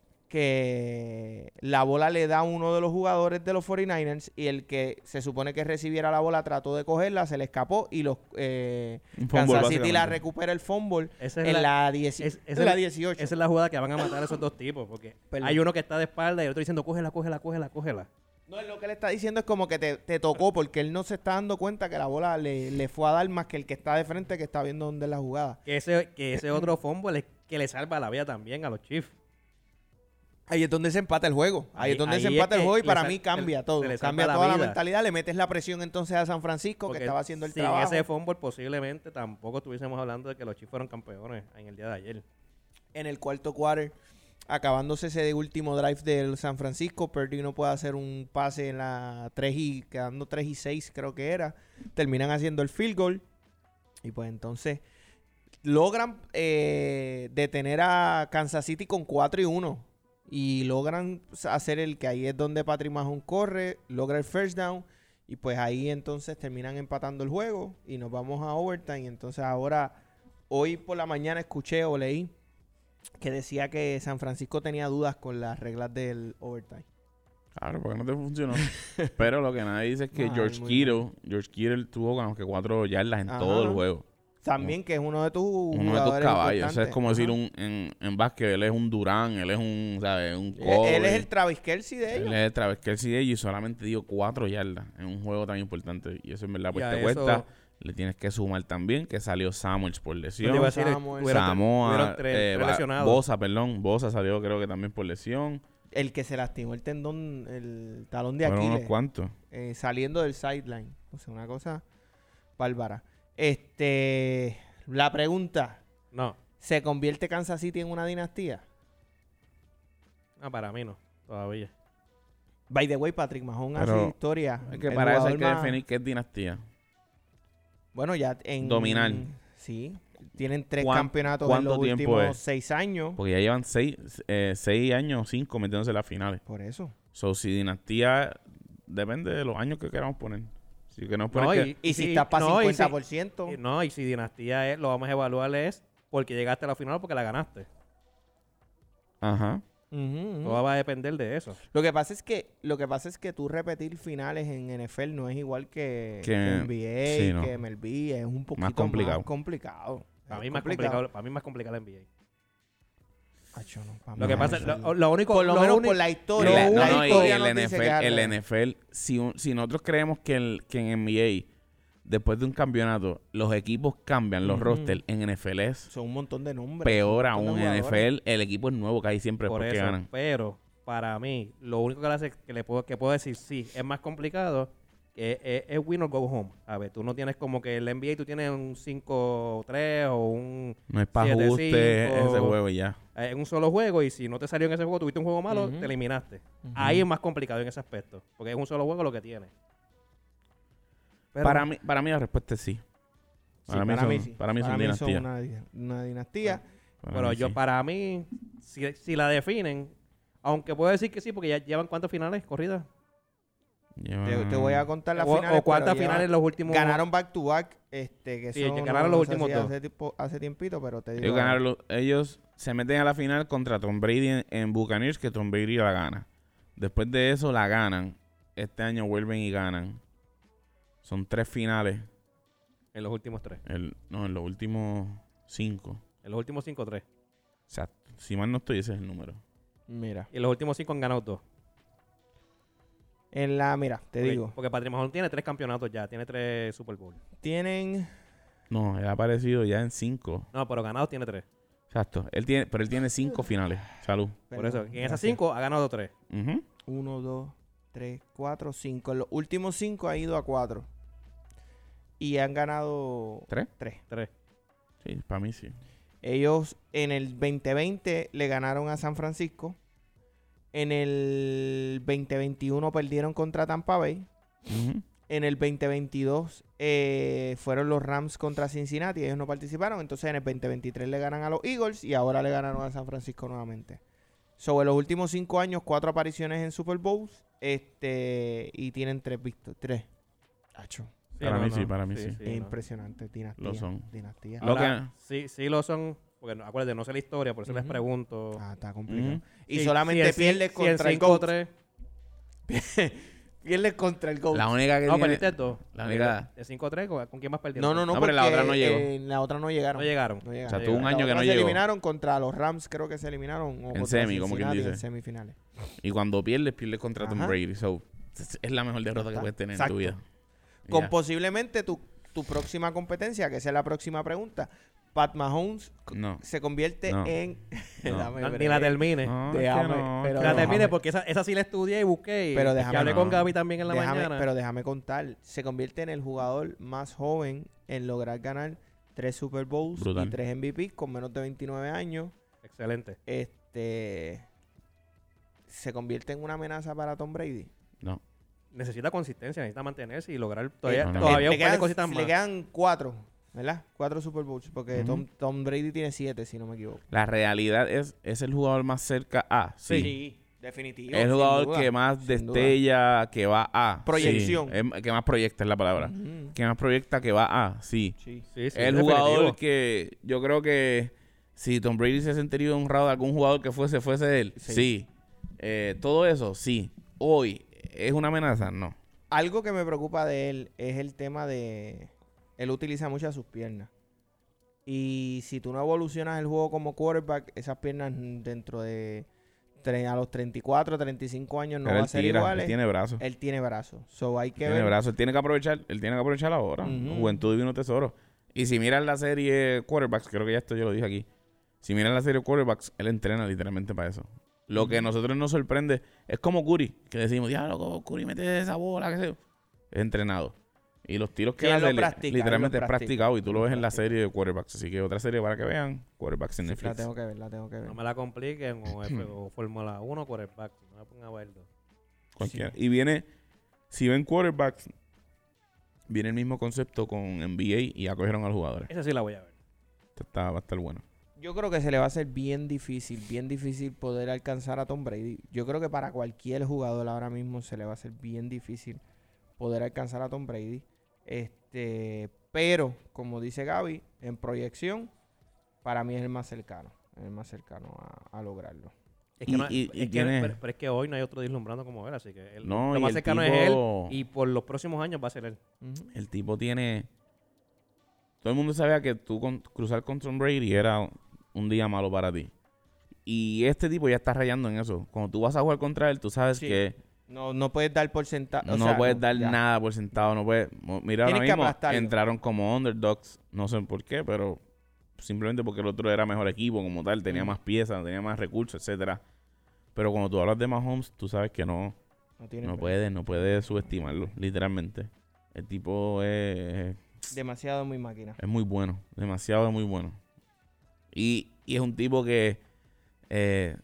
Speaker 1: que la bola le da a uno de los jugadores de los 49ers y el que se supone que recibiera la bola trató de cogerla, se le escapó y los eh,
Speaker 2: Un fumble,
Speaker 1: Kansas City la
Speaker 2: básicamente.
Speaker 1: recupera el fumble
Speaker 3: Esa es,
Speaker 1: en
Speaker 3: la,
Speaker 1: la, dieci-
Speaker 3: es-
Speaker 1: en
Speaker 3: esa
Speaker 1: la
Speaker 3: es-
Speaker 1: 18.
Speaker 3: esa es la jugada que van a matar a esos dos tipos. Porque
Speaker 1: Perdón.
Speaker 3: hay uno que está de espalda y el otro diciendo, cógela, cógela, cógela, cógela.
Speaker 1: No, lo que le está diciendo es como que te, te tocó porque él no se está dando cuenta que la bola le, le fue a dar más que el que está de frente que está viendo dónde es la jugada.
Speaker 3: Que ese, que ese otro fumble es que le salva la vida también a los Chiefs.
Speaker 1: Ahí es donde se empata el juego. Ahí,
Speaker 3: Ahí-
Speaker 1: es donde
Speaker 3: ahí
Speaker 1: se
Speaker 3: es
Speaker 1: empata el
Speaker 3: que
Speaker 1: juego y
Speaker 3: le
Speaker 1: para
Speaker 3: sal-
Speaker 1: mí
Speaker 3: se
Speaker 1: cambia
Speaker 3: le-
Speaker 1: todo.
Speaker 3: se le salva
Speaker 1: Cambia
Speaker 3: la
Speaker 1: toda la
Speaker 3: vida.
Speaker 1: mentalidad. Le metes la presión entonces a San Francisco
Speaker 3: Porque
Speaker 1: que estaba haciendo el
Speaker 3: sin
Speaker 1: trabajo.
Speaker 3: ese fumble posiblemente tampoco estuviésemos hablando de que los Chiefs fueron campeones en el día de ayer.
Speaker 1: En el cuarto quarter, acabándose ese último drive del San Francisco, Purdy no puede hacer un pase en la 3 y quedando 3 y 6 creo que era. Terminan haciendo el field goal. Y pues entonces logran eh, detener a Kansas City con 4 y 1. Y logran hacer el que ahí es donde Patrick Mahomes corre, logra el first down. Y pues ahí entonces terminan empatando el juego y nos vamos a overtime. Entonces ahora, hoy por la mañana escuché o leí que decía que San Francisco tenía dudas con las reglas del overtime.
Speaker 2: Claro, porque no te funcionó. Pero lo que nadie dice es que
Speaker 1: Ay,
Speaker 2: George
Speaker 1: muy
Speaker 2: Kittle, George Kittle tuvo como que cuatro yardas en
Speaker 1: Ajá.
Speaker 2: todo el juego.
Speaker 1: También que es uno de tus
Speaker 2: Uno de tus
Speaker 1: jugadores
Speaker 2: caballos. Eso es
Speaker 1: importantes.
Speaker 2: como decir
Speaker 1: Ajá.
Speaker 2: un, en, en básquet, él es un Durán, él es un, ¿sabes? Un
Speaker 1: Él, él es
Speaker 2: Kobe.
Speaker 1: el Travis Kelsey de
Speaker 2: Él
Speaker 1: ellos.
Speaker 2: es el Travis Kelsey de ellos y solamente dio cuatro yardas en un juego tan importante. Y eso en verdad
Speaker 3: Y
Speaker 2: pues
Speaker 3: a
Speaker 2: te
Speaker 3: eso-
Speaker 2: cuesta. Le tienes que sumar también que salió Samuels por
Speaker 3: Pues Yo te iba a
Speaker 2: lesión.
Speaker 3: decir,
Speaker 1: Samuel.
Speaker 3: hubieron tres-
Speaker 2: Samoa,
Speaker 3: hubieron tres-
Speaker 2: eh,
Speaker 3: tres
Speaker 2: Ba-
Speaker 3: lesionados.
Speaker 2: Bosa, perdón. Bosa salió creo que también por lesión.
Speaker 1: El que se lastimó el tendón, el talón de
Speaker 2: Fueron
Speaker 1: Aquiles.
Speaker 2: unos cuantos.
Speaker 1: eh, saliendo del sideline. O sea, una cosa bárbara. Este, la pregunta,
Speaker 3: No,
Speaker 1: ¿se convierte Kansas City en una dinastía?
Speaker 3: no, para mí no, todavía.
Speaker 1: By the way, Patrick Mahon hace
Speaker 2: Pero-
Speaker 1: historia.
Speaker 2: Es que
Speaker 1: el
Speaker 2: para eso hay
Speaker 1: jugador
Speaker 2: que
Speaker 1: más-
Speaker 2: definir qué es dinastía.
Speaker 1: Bueno, ya en...
Speaker 2: Dominar.
Speaker 1: Sí. Tienen tres
Speaker 2: ¿Cuán-
Speaker 1: campeonatos en
Speaker 2: cuánto
Speaker 1: los
Speaker 2: tiempo
Speaker 1: últimos
Speaker 2: es?
Speaker 1: seis años.
Speaker 2: Porque ya llevan seis, eh, seis años o cinco metiéndose en las finales.
Speaker 1: Por eso.
Speaker 2: So, si dinastía depende de los años que queramos poner. Si queremos poner
Speaker 3: No,
Speaker 2: que-
Speaker 1: Y si
Speaker 3: Sí, Eh,
Speaker 1: estás para
Speaker 3: no, y si-
Speaker 1: 50%,
Speaker 3: Y No, y si dinastía es, lo vamos a evaluar es porque llegaste a la final o porque la ganaste.
Speaker 2: Ajá.
Speaker 1: ujú, ujú.
Speaker 3: Todo va a depender de eso.
Speaker 1: Lo que pasa es que lo que pasa es que tú repetir finales en NFL no es igual que,
Speaker 2: Que-
Speaker 1: que NBA,
Speaker 2: sí, no.
Speaker 1: que MLB, es un poquito más complicado.
Speaker 2: complicado.
Speaker 3: Para
Speaker 1: Es
Speaker 3: mí, más complicado, para mí más complicado la NBA.
Speaker 1: Acho, no, para
Speaker 3: Lo
Speaker 1: mí
Speaker 3: que
Speaker 1: no,
Speaker 3: pasa es,
Speaker 1: no,
Speaker 3: lo,
Speaker 1: no.
Speaker 3: lo único...
Speaker 1: por lo, menos por la
Speaker 2: Y
Speaker 1: historia.
Speaker 2: la-
Speaker 1: la
Speaker 2: no, no, y- y
Speaker 1: historia
Speaker 2: el
Speaker 1: no dice que
Speaker 2: NFL, el
Speaker 1: gana.
Speaker 2: NFL, si, un- si nosotros creemos que, el, que en NBA, después de un campeonato, los equipos cambian los
Speaker 1: Ujú.
Speaker 2: rosters, en NFL es
Speaker 1: son un montón de nombres.
Speaker 2: peor
Speaker 1: son un montón
Speaker 2: aún.
Speaker 1: de
Speaker 2: En
Speaker 1: jugadores.
Speaker 2: NFL, el equipo es nuevo que hay siempre
Speaker 3: por
Speaker 2: porque
Speaker 3: eso,
Speaker 2: ganan.
Speaker 3: pero para mí, lo único que le, hace- que le puedo, que puedo decir sí, es más complicado, que es, es win or go home. A ver, tú no tienes como que el NBA, tú tienes un 5-3 o un,
Speaker 2: No es para
Speaker 3: Siete,
Speaker 2: ajuste
Speaker 3: cinco.
Speaker 2: ese juego y ya.
Speaker 3: eh, en un solo juego y si no te salió en ese juego, tuviste un juego malo,
Speaker 1: Ujú.
Speaker 3: te eliminaste. Ahí es más complicado en ese aspecto, porque es un solo juego lo que tienes. Pero-
Speaker 2: para, mí, para mí la respuesta es sí.
Speaker 1: Sí,
Speaker 2: Para mí son- para mí son dinastías.
Speaker 1: una, di- una dinastía.
Speaker 2: Para
Speaker 3: pero
Speaker 2: mí
Speaker 3: yo,
Speaker 2: sí.
Speaker 3: para mí, si, si la definen, aunque puedo decir que sí, porque ya llevan cuántas finales corridas.
Speaker 1: Te,
Speaker 2: Llevan-
Speaker 1: te voy a contar las
Speaker 3: O, o
Speaker 1: finales.
Speaker 3: cuántas
Speaker 1: pero ya
Speaker 3: finales los últimos.
Speaker 1: Ganaron back to back. Este, que
Speaker 3: Sí,
Speaker 1: son-
Speaker 3: que ganaron los
Speaker 1: no sé
Speaker 3: últimos
Speaker 1: si
Speaker 3: dos.
Speaker 1: Hace, tiempo- hace tiempito, pero te digo.
Speaker 2: Ellos, ganaron los- ellos se meten a la final contra Tom Brady en, en Buccaneers, que Tom Brady la gana. Después de eso la ganan. Este año vuelven y ganan. Son tres finales.
Speaker 3: En los últimos tres.
Speaker 2: El- no, en los últimos cinco.
Speaker 3: En los últimos cinco, tres.
Speaker 2: Exacto. Si mal no estoy, ese es el número.
Speaker 1: Mira.
Speaker 3: Y los últimos cinco han ganado dos.
Speaker 1: En la, mira, te
Speaker 3: Porque-
Speaker 1: digo.
Speaker 3: Porque Patrick Mahomes tiene tres campeonatos ya, tiene tres Super Bowl.
Speaker 1: Tienen.
Speaker 2: No, él ha aparecido ya en cinco.
Speaker 3: No, pero ganados tiene tres.
Speaker 2: Exacto. Él tiene, pero él tiene cinco finales. Salud.
Speaker 3: Por eso, en esas cinco ha ganado tres.
Speaker 2: Ujú.
Speaker 1: 1, 2, 3, 4, 5. En los últimos 5 ha ido a 4. Y han ganado
Speaker 2: ¿Tres?
Speaker 1: 3.
Speaker 3: Tres.
Speaker 2: Sí, para mí sí.
Speaker 1: Ellos en el 2020 le ganaron a San Francisco. En el 2021 perdieron contra Tampa Bay.
Speaker 2: Ujú.
Speaker 1: En el 2022 eh, fueron los Rams contra Cincinnati. Ellos no participaron. Entonces en el 2023 le ganan a los Eagles y ahora le ganaron a San Francisco nuevamente. Sobre los últimos cinco años, cuatro apariciones en Super Bowls. Este, y tienen tres victorias. Tres. Acho,
Speaker 2: Para mí sí, para mí sí.
Speaker 1: es
Speaker 3: no.
Speaker 1: impresionante. Dinastía.
Speaker 2: Lo son.
Speaker 1: Dinastía.
Speaker 2: Lo
Speaker 3: Ahora,
Speaker 2: que-
Speaker 3: Sí, sí lo son. Porque no- acuérdense, no sé la historia, por eso les
Speaker 1: Ujú.
Speaker 3: pregunto.
Speaker 1: Ah, está complicado.
Speaker 2: Ujú.
Speaker 1: Y
Speaker 3: Si- si
Speaker 1: solamente
Speaker 3: en cin-
Speaker 1: pierdes
Speaker 3: si en
Speaker 1: contra el
Speaker 3: cinco,
Speaker 1: GOAT.
Speaker 3: tres-
Speaker 1: Pierdes contra el GOAT.
Speaker 2: La única que
Speaker 3: No,
Speaker 2: tiene-
Speaker 1: este
Speaker 3: perdiste dos.
Speaker 2: la única-
Speaker 3: De 5-3, ¿con, con quién más perdieron?
Speaker 1: No, no, no,
Speaker 2: No, pero la
Speaker 1: porque,
Speaker 2: otra no llegó.
Speaker 1: eh, en la otra no llegaron.
Speaker 3: No llegaron.
Speaker 1: No llegaron.
Speaker 2: O sea,
Speaker 3: Sí,
Speaker 2: tuvo un
Speaker 1: La
Speaker 2: año que
Speaker 1: otra
Speaker 2: no
Speaker 1: Se
Speaker 2: llegó.
Speaker 1: eliminaron contra los Rams, creo que se eliminaron. O
Speaker 2: En
Speaker 1: contra
Speaker 2: semi, como quien
Speaker 1: Cincinnati En
Speaker 2: dice.
Speaker 1: semifinales.
Speaker 2: Y cuando pierdes, pierdes contra Tom
Speaker 1: Ajá.
Speaker 2: Brady. So, es es la mejor derrota que
Speaker 1: está.
Speaker 2: puedes tener
Speaker 1: Exacto.
Speaker 2: en tu vida.
Speaker 1: Con
Speaker 2: Ya.
Speaker 1: posiblemente tu, tu próxima competencia, que sea la próxima pregunta. Pat Mahomes c-
Speaker 2: No.
Speaker 1: se convierte
Speaker 2: No.
Speaker 1: en.
Speaker 2: No.
Speaker 1: Dame
Speaker 3: No, Ni
Speaker 1: break.
Speaker 3: la termine.
Speaker 2: No,
Speaker 1: Te
Speaker 2: es que
Speaker 1: amo,
Speaker 2: no,
Speaker 1: pero
Speaker 2: es que
Speaker 3: la
Speaker 2: no.
Speaker 3: termine porque esa, esa sí la estudié y busqué. Y,
Speaker 1: Pero
Speaker 3: y
Speaker 1: déjame-
Speaker 3: hablé con
Speaker 2: no.
Speaker 3: Gaby también en la
Speaker 1: Déjame-
Speaker 3: mañana.
Speaker 1: Pero déjame contar. Se convierte en el jugador más joven en lograr ganar tres Super Bowls y
Speaker 2: Brutal.
Speaker 1: tres MVP con menos de 29 años.
Speaker 3: Excelente.
Speaker 1: este se convierte en una amenaza para Tom Brady.
Speaker 2: No.
Speaker 3: Necesita consistencia, necesita mantenerse y lograr todavía,
Speaker 2: no, no.
Speaker 3: todavía
Speaker 1: Eh,
Speaker 3: un par de
Speaker 1: quedan,
Speaker 3: cositas
Speaker 1: le
Speaker 3: más.
Speaker 1: quedan cuatro, ¿verdad? Cuatro Super Bowls, porque
Speaker 2: Ujú.
Speaker 1: Tom, Tom Brady tiene siete, si no me equivoco.
Speaker 2: La realidad es, es el jugador más cerca a. Sí.
Speaker 1: definitivo.
Speaker 2: Es el
Speaker 1: sin
Speaker 2: jugador
Speaker 1: duda,
Speaker 2: que más
Speaker 1: sin duda.
Speaker 2: destella, que va a.
Speaker 1: Proyección.
Speaker 2: Sí. Es- que más proyecta es la palabra.
Speaker 1: Ujú,
Speaker 2: Que más proyecta, que va a. Sí.
Speaker 1: sí.
Speaker 3: Sí, sí,
Speaker 2: es el
Speaker 3: definitivo.
Speaker 2: jugador que yo creo que si Tom Brady se sentiría honrado de algún jugador que fuese, fuese él.
Speaker 1: Sí.
Speaker 2: Sí. Eh, Todo eso, sí. Hoy, ¿es una amenaza? No.
Speaker 1: Algo que me preocupa de él es el tema de... Él utiliza muchas sus piernas. Y si tú no evolucionas el juego como quarterback, esas piernas mm, dentro de tre- a los 34, 35 años no
Speaker 2: Pero
Speaker 1: va a
Speaker 2: él
Speaker 1: ser
Speaker 2: tira,
Speaker 1: igual.
Speaker 2: él
Speaker 1: eh.
Speaker 2: tiene brazos.
Speaker 1: Él tiene brazos. So hay que
Speaker 2: tiene
Speaker 1: ver.
Speaker 2: brazos. Él tiene que aprovechar, él tiene que aprovechar ahora.
Speaker 1: Ujú.
Speaker 2: Juventud Divino Tesoro. Y si miras la serie Quarterbacks, creo que ya esto yo lo dije aquí. Si miras la serie Quarterbacks, él entrena literalmente para eso. Lo que a nosotros nos sorprende es como Curry, que decimos, diablo, Curry, mete esa bola, qué sé yo". Es entrenado. Y los tiros que
Speaker 1: Y él
Speaker 2: hace,
Speaker 1: lo
Speaker 2: li-
Speaker 1: practica, él lo
Speaker 2: literalmente es
Speaker 1: practica.
Speaker 2: practicado y tú lo
Speaker 1: Lo
Speaker 2: ves en la
Speaker 1: practica.
Speaker 2: serie de Quarterbacks. Así que otra serie para que vean, Quarterbacks en
Speaker 1: Sí, la
Speaker 2: Netflix.
Speaker 1: tengo que ver, la tengo que ver.
Speaker 3: No me la compliquen o, F- o Fórmula 1 o quarterback. No me pongan a ver dos.
Speaker 2: Cualquiera. Y viene, si ven Quarterbacks, viene el mismo concepto con NBA y acogieron a los jugadores.
Speaker 3: Esa sí la voy a ver.
Speaker 2: Esta Este está- va a estar bueno.
Speaker 1: Yo creo que se le va a hacer bien difícil, bien difícil poder alcanzar a Tom Brady. Yo creo que para cualquier jugador ahora mismo se le va a hacer bien difícil poder alcanzar a Tom Brady. Este, pero como dice Gaby, en proyección para mí es el más cercano, el más cercano a, a lograrlo.
Speaker 3: Es que
Speaker 2: Y-
Speaker 3: no-
Speaker 2: y-
Speaker 3: es
Speaker 2: y
Speaker 3: que-
Speaker 2: tiene-
Speaker 3: pero, pero es que hoy no hay otro deslumbrando como él, así que él-
Speaker 2: No,
Speaker 3: lo
Speaker 2: y
Speaker 3: más
Speaker 2: el
Speaker 3: cercano
Speaker 2: tipo-
Speaker 3: es él y por los próximos años va a ser él.
Speaker 1: Ujú.
Speaker 2: El tipo tiene. Todo el mundo sabía que tú con- cruzar con Tom Brady era un día malo para ti. Y este tipo ya está rayando en eso. Cuando tú vas a jugar contra él, tú sabes
Speaker 1: Sí. Ah,
Speaker 2: que
Speaker 1: No, no puedes dar porcentaje.
Speaker 2: no puedes dar nada por sentado. No puedes. mo- Mira, ahora
Speaker 1: Tienes que
Speaker 2: mismo
Speaker 1: aplastarlo.
Speaker 2: entraron como underdogs. No sé por qué, pero simplemente porque el otro era mejor equipo como tal. Tenía
Speaker 1: Mm.
Speaker 2: más piezas, tenía más recursos, etcétera Pero cuando tú hablas de Mahomes, tú sabes que no.
Speaker 1: No tiene
Speaker 2: No
Speaker 1: break.
Speaker 2: puedes, no puedes subestimarlo, literalmente. El tipo es,
Speaker 1: Demasiado muy máquina.
Speaker 2: es muy bueno, demasiado muy bueno. Y, y es un tipo que, eh,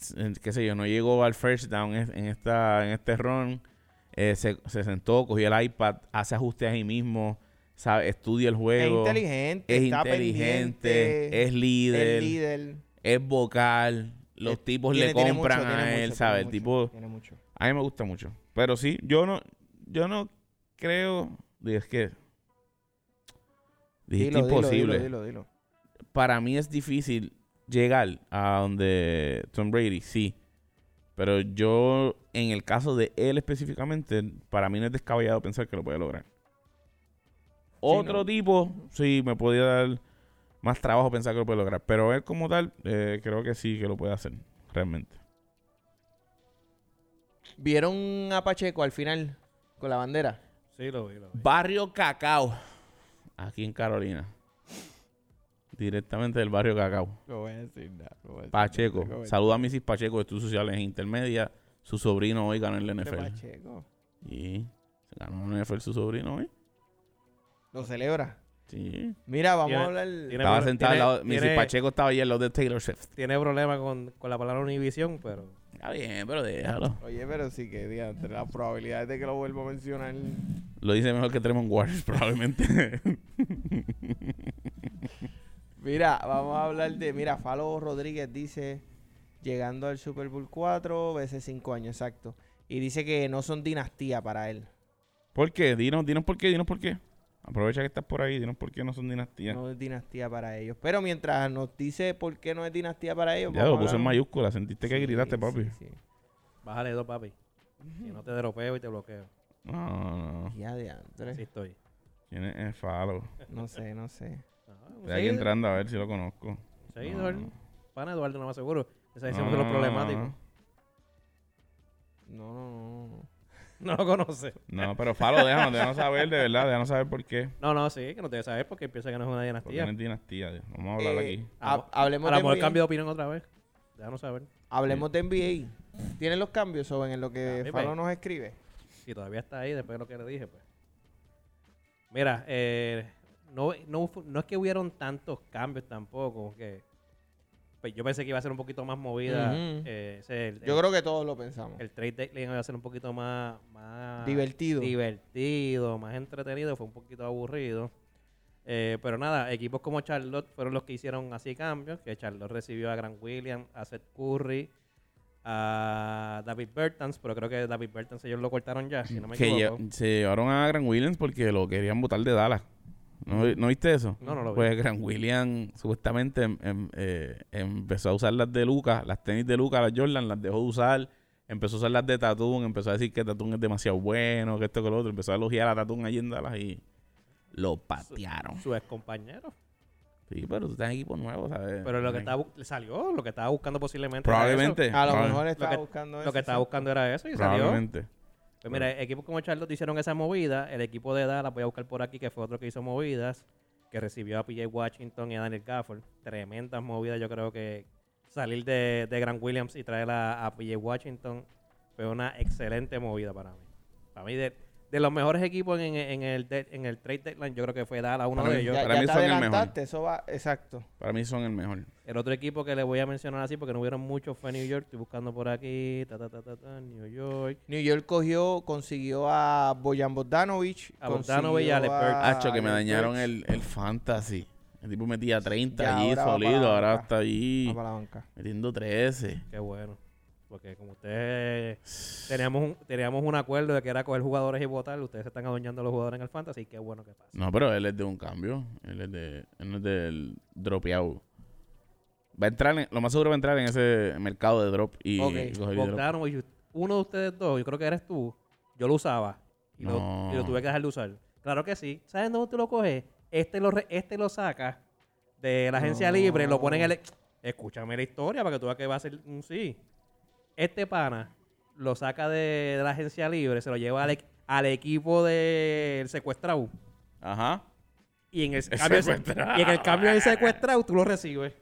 Speaker 2: s- qué sé yo, no llegó al first down en en esta, en este run. Eh, se, se sentó, cogió el iPad, hace ajustes ahí mismo, sabe, estudia el
Speaker 1: Es
Speaker 2: juego.
Speaker 1: inteligente,
Speaker 2: es
Speaker 1: está
Speaker 2: inteligente,
Speaker 1: pendiente,
Speaker 2: es líder,
Speaker 1: es líder.
Speaker 2: es vocal. Los
Speaker 1: Es-
Speaker 2: tipos
Speaker 1: tiene-
Speaker 2: le
Speaker 1: tiene
Speaker 2: compran
Speaker 1: mucho,
Speaker 2: a
Speaker 1: tiene
Speaker 2: él,
Speaker 1: mucho,
Speaker 2: ¿sabes? El
Speaker 1: tiene
Speaker 2: tipo...
Speaker 1: mucho, tiene mucho.
Speaker 2: A mí me gusta mucho. Pero sí, yo no, yo no creo. Dije, es que. Dije,
Speaker 1: Dilo,
Speaker 2: es
Speaker 1: dilo,
Speaker 2: imposible.
Speaker 1: Dilo, dilo, dilo.
Speaker 2: Para mí es difícil llegar a donde Tom Brady, sí. Pero yo, en el caso de él específicamente, para mí no es descabellado pensar que lo puede lograr. Otro
Speaker 1: no.
Speaker 2: tipo, sí, me podía dar más trabajo pensar que lo puede lograr. Pero él como tal, eh, creo que sí, que lo puede hacer, realmente.
Speaker 1: ¿Vieron a Pacheco al final con la bandera?
Speaker 3: Sí, lo vi, lo vi.
Speaker 2: Barrio Cacao. Aquí en Carolina. Directamente del barrio Cacao.
Speaker 4: No voy a decir nada. no voy a decir
Speaker 2: Pacheco.
Speaker 4: nada.
Speaker 2: Saluda a Mrs. Pacheco de Estudios Sociales Intermedia. Su sobrino hoy ganó el NFL.
Speaker 1: Pacheco.
Speaker 2: Y se ganó el NFL su sobrino hoy.
Speaker 1: Lo celebra.
Speaker 2: Sí.
Speaker 1: Mira, vamos
Speaker 3: Tiene-
Speaker 1: a hablar.
Speaker 3: tiene-
Speaker 2: Estaba
Speaker 3: pro-
Speaker 2: sentado al lado.
Speaker 3: tiene-
Speaker 2: Mrs. Pacheco estaba ahí al lado de Taylor Swift.
Speaker 3: Tiene problemas con, con la palabra Univision, pero
Speaker 2: Está bien, pero déjalo.
Speaker 4: Oye, pero sí que, diantre, las probabilidades de que lo vuelva a mencionar.
Speaker 2: Lo dice mejor que Tremont Waters, probablemente.
Speaker 1: Mira, vamos a hablar de. Mira, Falo Rodríguez dice: llegando al Super Bowl 4 veces 5 años, exacto. Y dice que no son dinastía para él.
Speaker 2: ¿Por qué? Dinos, dinos por qué, dinos por qué. Aprovecha que estás por ahí, dinos por qué no son dinastías.
Speaker 1: No es dinastía para ellos. Pero mientras nos dice por qué no es dinastía para ellos.
Speaker 2: ya
Speaker 1: vamos
Speaker 2: lo
Speaker 1: a
Speaker 2: puse en
Speaker 1: hablar un-
Speaker 2: mayúscula, sentiste que
Speaker 1: Sí,
Speaker 2: gritaste, papi.
Speaker 1: sí, sí.
Speaker 3: bájale dos, papi. Si no te dropeo y te bloqueo.
Speaker 2: No, no, no.
Speaker 1: Ya de Andrés.
Speaker 3: Así estoy.
Speaker 2: ¿Quién es el Falo?
Speaker 1: No sé, no sé.
Speaker 3: Ajá, un
Speaker 2: eh, Estoy aquí
Speaker 3: seguid-
Speaker 2: entrando a ver si lo conozco.
Speaker 3: un seguidor.
Speaker 2: No. Ah.
Speaker 3: Pana Eduardo, no más seguro. Ese es
Speaker 2: No,
Speaker 3: lo
Speaker 2: no,
Speaker 3: problemático.
Speaker 1: No, no, no, no.
Speaker 3: No lo conoce.
Speaker 2: No, no, pero Falo, déjanos, déjanos saber, de verdad, déjanos saber por qué.
Speaker 3: No, no, sí, que no te debe saber porque piensa que no es una
Speaker 2: Porque no
Speaker 3: dinastía.
Speaker 2: es dinastía. Dios. Vamos a hablar
Speaker 1: Eh,
Speaker 2: aquí.
Speaker 1: ha-
Speaker 3: Vamos.
Speaker 1: hablemos
Speaker 3: A lo
Speaker 1: de
Speaker 3: mejor
Speaker 1: NBA.
Speaker 3: cambio de opinión otra vez. Déjanos saber.
Speaker 1: Hablemos de NBA. ¿Tienen los cambios, Soben, en lo
Speaker 3: Ah,
Speaker 1: que
Speaker 3: mi
Speaker 1: Falo
Speaker 3: país.
Speaker 1: nos escribe?
Speaker 3: Si todavía está ahí, después de lo que le dije, pues. Mira, eh, no, no, fu- no es que hubieron tantos cambios tampoco. Que, pues yo pensé que iba a ser un poquito más movida.
Speaker 1: Ujú.
Speaker 3: eh, ese- el,
Speaker 1: Yo creo que todos lo pensamos.
Speaker 3: el trade deadline iba a ser un poquito más, más
Speaker 1: Divertido.
Speaker 3: divertido, más entretenido. Fue un poquito aburrido. Eh, pero nada, equipos como Charlotte fueron los que hicieron así cambios. Que Charlotte recibió a Grant Williams, a Seth Curry, a David Bertans. Pero creo que David Bertans ellos lo cortaron ya, si no me
Speaker 2: que lle-
Speaker 3: equivoco.
Speaker 2: se llevaron a Grant Williams porque lo querían botar de Dallas. ¿No, no viste eso?
Speaker 3: No, no lo vi.
Speaker 2: Pues Grant Williams supuestamente em- em- eh, empezó a usar las de Lucas, las tenis de Lucas, las Jordan, las dejó de usar. Empezó a usar las de Tatum, empezó a decir que Tatum es demasiado bueno, que esto, que lo otro. Empezó a elogiar a Tatum allí en Dallas y lo patearon.
Speaker 3: Su ex compañero.
Speaker 2: Sí, pero tú estás en equipo nuevo, ¿sabes?
Speaker 3: Pero lo que estaba, bu- le salió, lo que estaba buscando posiblemente. era
Speaker 2: Probablemente.
Speaker 1: A lo
Speaker 2: probable-
Speaker 1: mejor estaba
Speaker 3: que-
Speaker 1: buscando
Speaker 3: eso.
Speaker 1: eso,
Speaker 3: Lo que estaba
Speaker 1: sí.
Speaker 3: buscando era eso y salió.
Speaker 2: Probablemente.
Speaker 3: Pues mira, equipos como Charlotte hicieron esa movida. El equipo de Dallas, voy a buscar por aquí, que fue otro que hizo movidas, que recibió a PJ Washington y a Daniel Gafford. Tremendas movidas, yo creo que salir de, de Grant Williams y traer a, a PJ Washington fue una excelente movida para mí. Para mí, de, de los mejores equipos en, en el, de- en el trade deadline, yo creo que fue Dallas uno
Speaker 2: Para mí,
Speaker 3: de ellos.
Speaker 1: Ya,
Speaker 2: para
Speaker 1: ya
Speaker 2: mí
Speaker 1: te
Speaker 2: son el mejor.
Speaker 1: adelantaste, eso va, exacto.
Speaker 2: Para mí son el mejor.
Speaker 3: El otro equipo que les voy a mencionar así, porque no hubieron muchos, fue New York. Estoy buscando por aquí, ta, ta, ta, ta, ta, New York.
Speaker 1: New York cogió, consiguió a Bojan Bogdanovic.
Speaker 3: A Bogdanovic y
Speaker 1: consiguió
Speaker 3: a Alec Burks.
Speaker 2: Hacho, que me
Speaker 1: Alec
Speaker 2: dañaron
Speaker 1: Burks.
Speaker 2: el, el fantasy. El tipo metía 30
Speaker 1: Ya,
Speaker 2: allí,
Speaker 1: ahora va
Speaker 2: sólido.
Speaker 1: para-
Speaker 2: Ahora está
Speaker 1: Va
Speaker 2: allí
Speaker 1: para la banca.
Speaker 2: metiendo 13.
Speaker 3: Qué bueno. Porque como ustedes teníamos un, teníamos un acuerdo de que era coger jugadores y votar, ustedes se están adueñando a los jugadores en el fantasy, y qué bueno que pasa.
Speaker 2: No, pero él es de un cambio. Él es de, él no es del dropeado. Va a entrar en- lo más seguro va a entrar en ese mercado de drop y,
Speaker 1: Ok,
Speaker 2: y coger y drop.
Speaker 3: Bogdanovich, uno de ustedes dos, yo creo que eres tú, yo lo usaba y,
Speaker 2: No.
Speaker 3: lo, y lo tuve que dejar de usar. Claro que sí. ¿Sabes dónde tú lo coges? Este lo, re- este lo sacas de la agencia libre, lo ponen en el... Escúchame la historia para que tú veas que va a ser un sí. Este pana lo saca de, de la agencia libre, se lo lleva al, e- al equipo del secuestrado.
Speaker 2: Ajá.
Speaker 3: Y en el,
Speaker 2: El
Speaker 3: cambio, de-
Speaker 2: secuestrado.
Speaker 3: y en el cambio del secuestrado, tú lo recibes.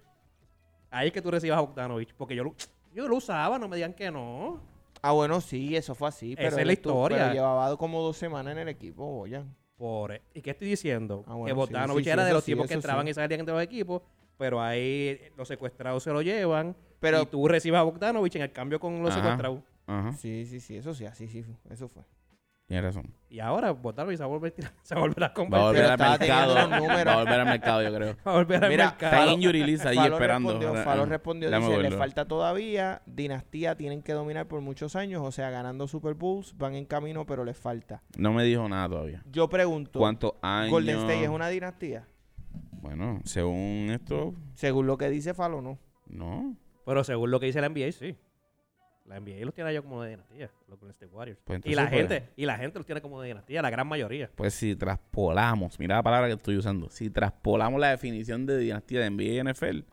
Speaker 3: Ahí es que tú recibas a Bogdanovich. Porque yo lo, yo lo usaba, no me digan que no.
Speaker 1: Ah, bueno, sí, eso fue así. Pero
Speaker 3: Esa es
Speaker 1: él
Speaker 3: la
Speaker 1: estuvo-
Speaker 3: historia.
Speaker 1: pero llevaba como dos semanas en el equipo, Boyan.
Speaker 3: Por, e-, ¿Y qué estoy diciendo?
Speaker 1: Ah, bueno,
Speaker 3: que
Speaker 1: sí,
Speaker 3: Bogdanovich
Speaker 1: sí, sí,
Speaker 3: era de
Speaker 1: eso
Speaker 3: los
Speaker 1: sí,
Speaker 3: tipos que
Speaker 1: eso
Speaker 3: entraban
Speaker 1: sí.
Speaker 3: y salían de los equipos, pero ahí los secuestrados se lo llevan.
Speaker 1: Pero-
Speaker 3: y tú recibes a Bogdanovich en el cambio con los
Speaker 2: Ajá.
Speaker 3: secuestrados.
Speaker 2: Ajá.
Speaker 1: Sí, sí, sí, eso sí, así sí, fue, eso fue.
Speaker 2: Tienes razón.
Speaker 3: Y ahora Bogdanovich se va a volver, a tirar- se va a, volver a
Speaker 2: Va a
Speaker 3: convertir.
Speaker 2: volver
Speaker 1: Pero
Speaker 2: al
Speaker 1: estaba
Speaker 2: mercado.
Speaker 1: teniendo los números.
Speaker 2: Va a volver al mercado, yo creo.
Speaker 3: Va a volver al
Speaker 1: Mira,
Speaker 2: Está
Speaker 3: mercado.
Speaker 2: en injury list ahí
Speaker 1: Falo
Speaker 2: esperando.
Speaker 1: Respondió,
Speaker 2: Ahora,
Speaker 1: Falo
Speaker 2: ah,
Speaker 1: respondió,
Speaker 2: déjame
Speaker 1: dice, le
Speaker 2: verlo.
Speaker 1: falta todavía, dinastía tienen que dominar por muchos años, o sea, ganando Super Bowls, van en camino, pero les falta.
Speaker 2: No me dijo nada todavía.
Speaker 1: Yo pregunto,
Speaker 2: ¿Cuántos años?
Speaker 1: ¿Golden State es una dinastía?
Speaker 2: Bueno, según esto,
Speaker 1: Según lo que dice Falo, no.
Speaker 2: no.
Speaker 3: Pero según lo que dice la NBA, sí. La NBA los tiene yo como de dinastía, los Golden State Warriors.
Speaker 2: Pues
Speaker 3: y la
Speaker 2: entonces, pues-
Speaker 3: gente, y la gente los tiene como de dinastía, la gran mayoría.
Speaker 2: Pues si traspolamos, mira la palabra que estoy usando, si traspolamos la definición de dinastía de NBA y NFL,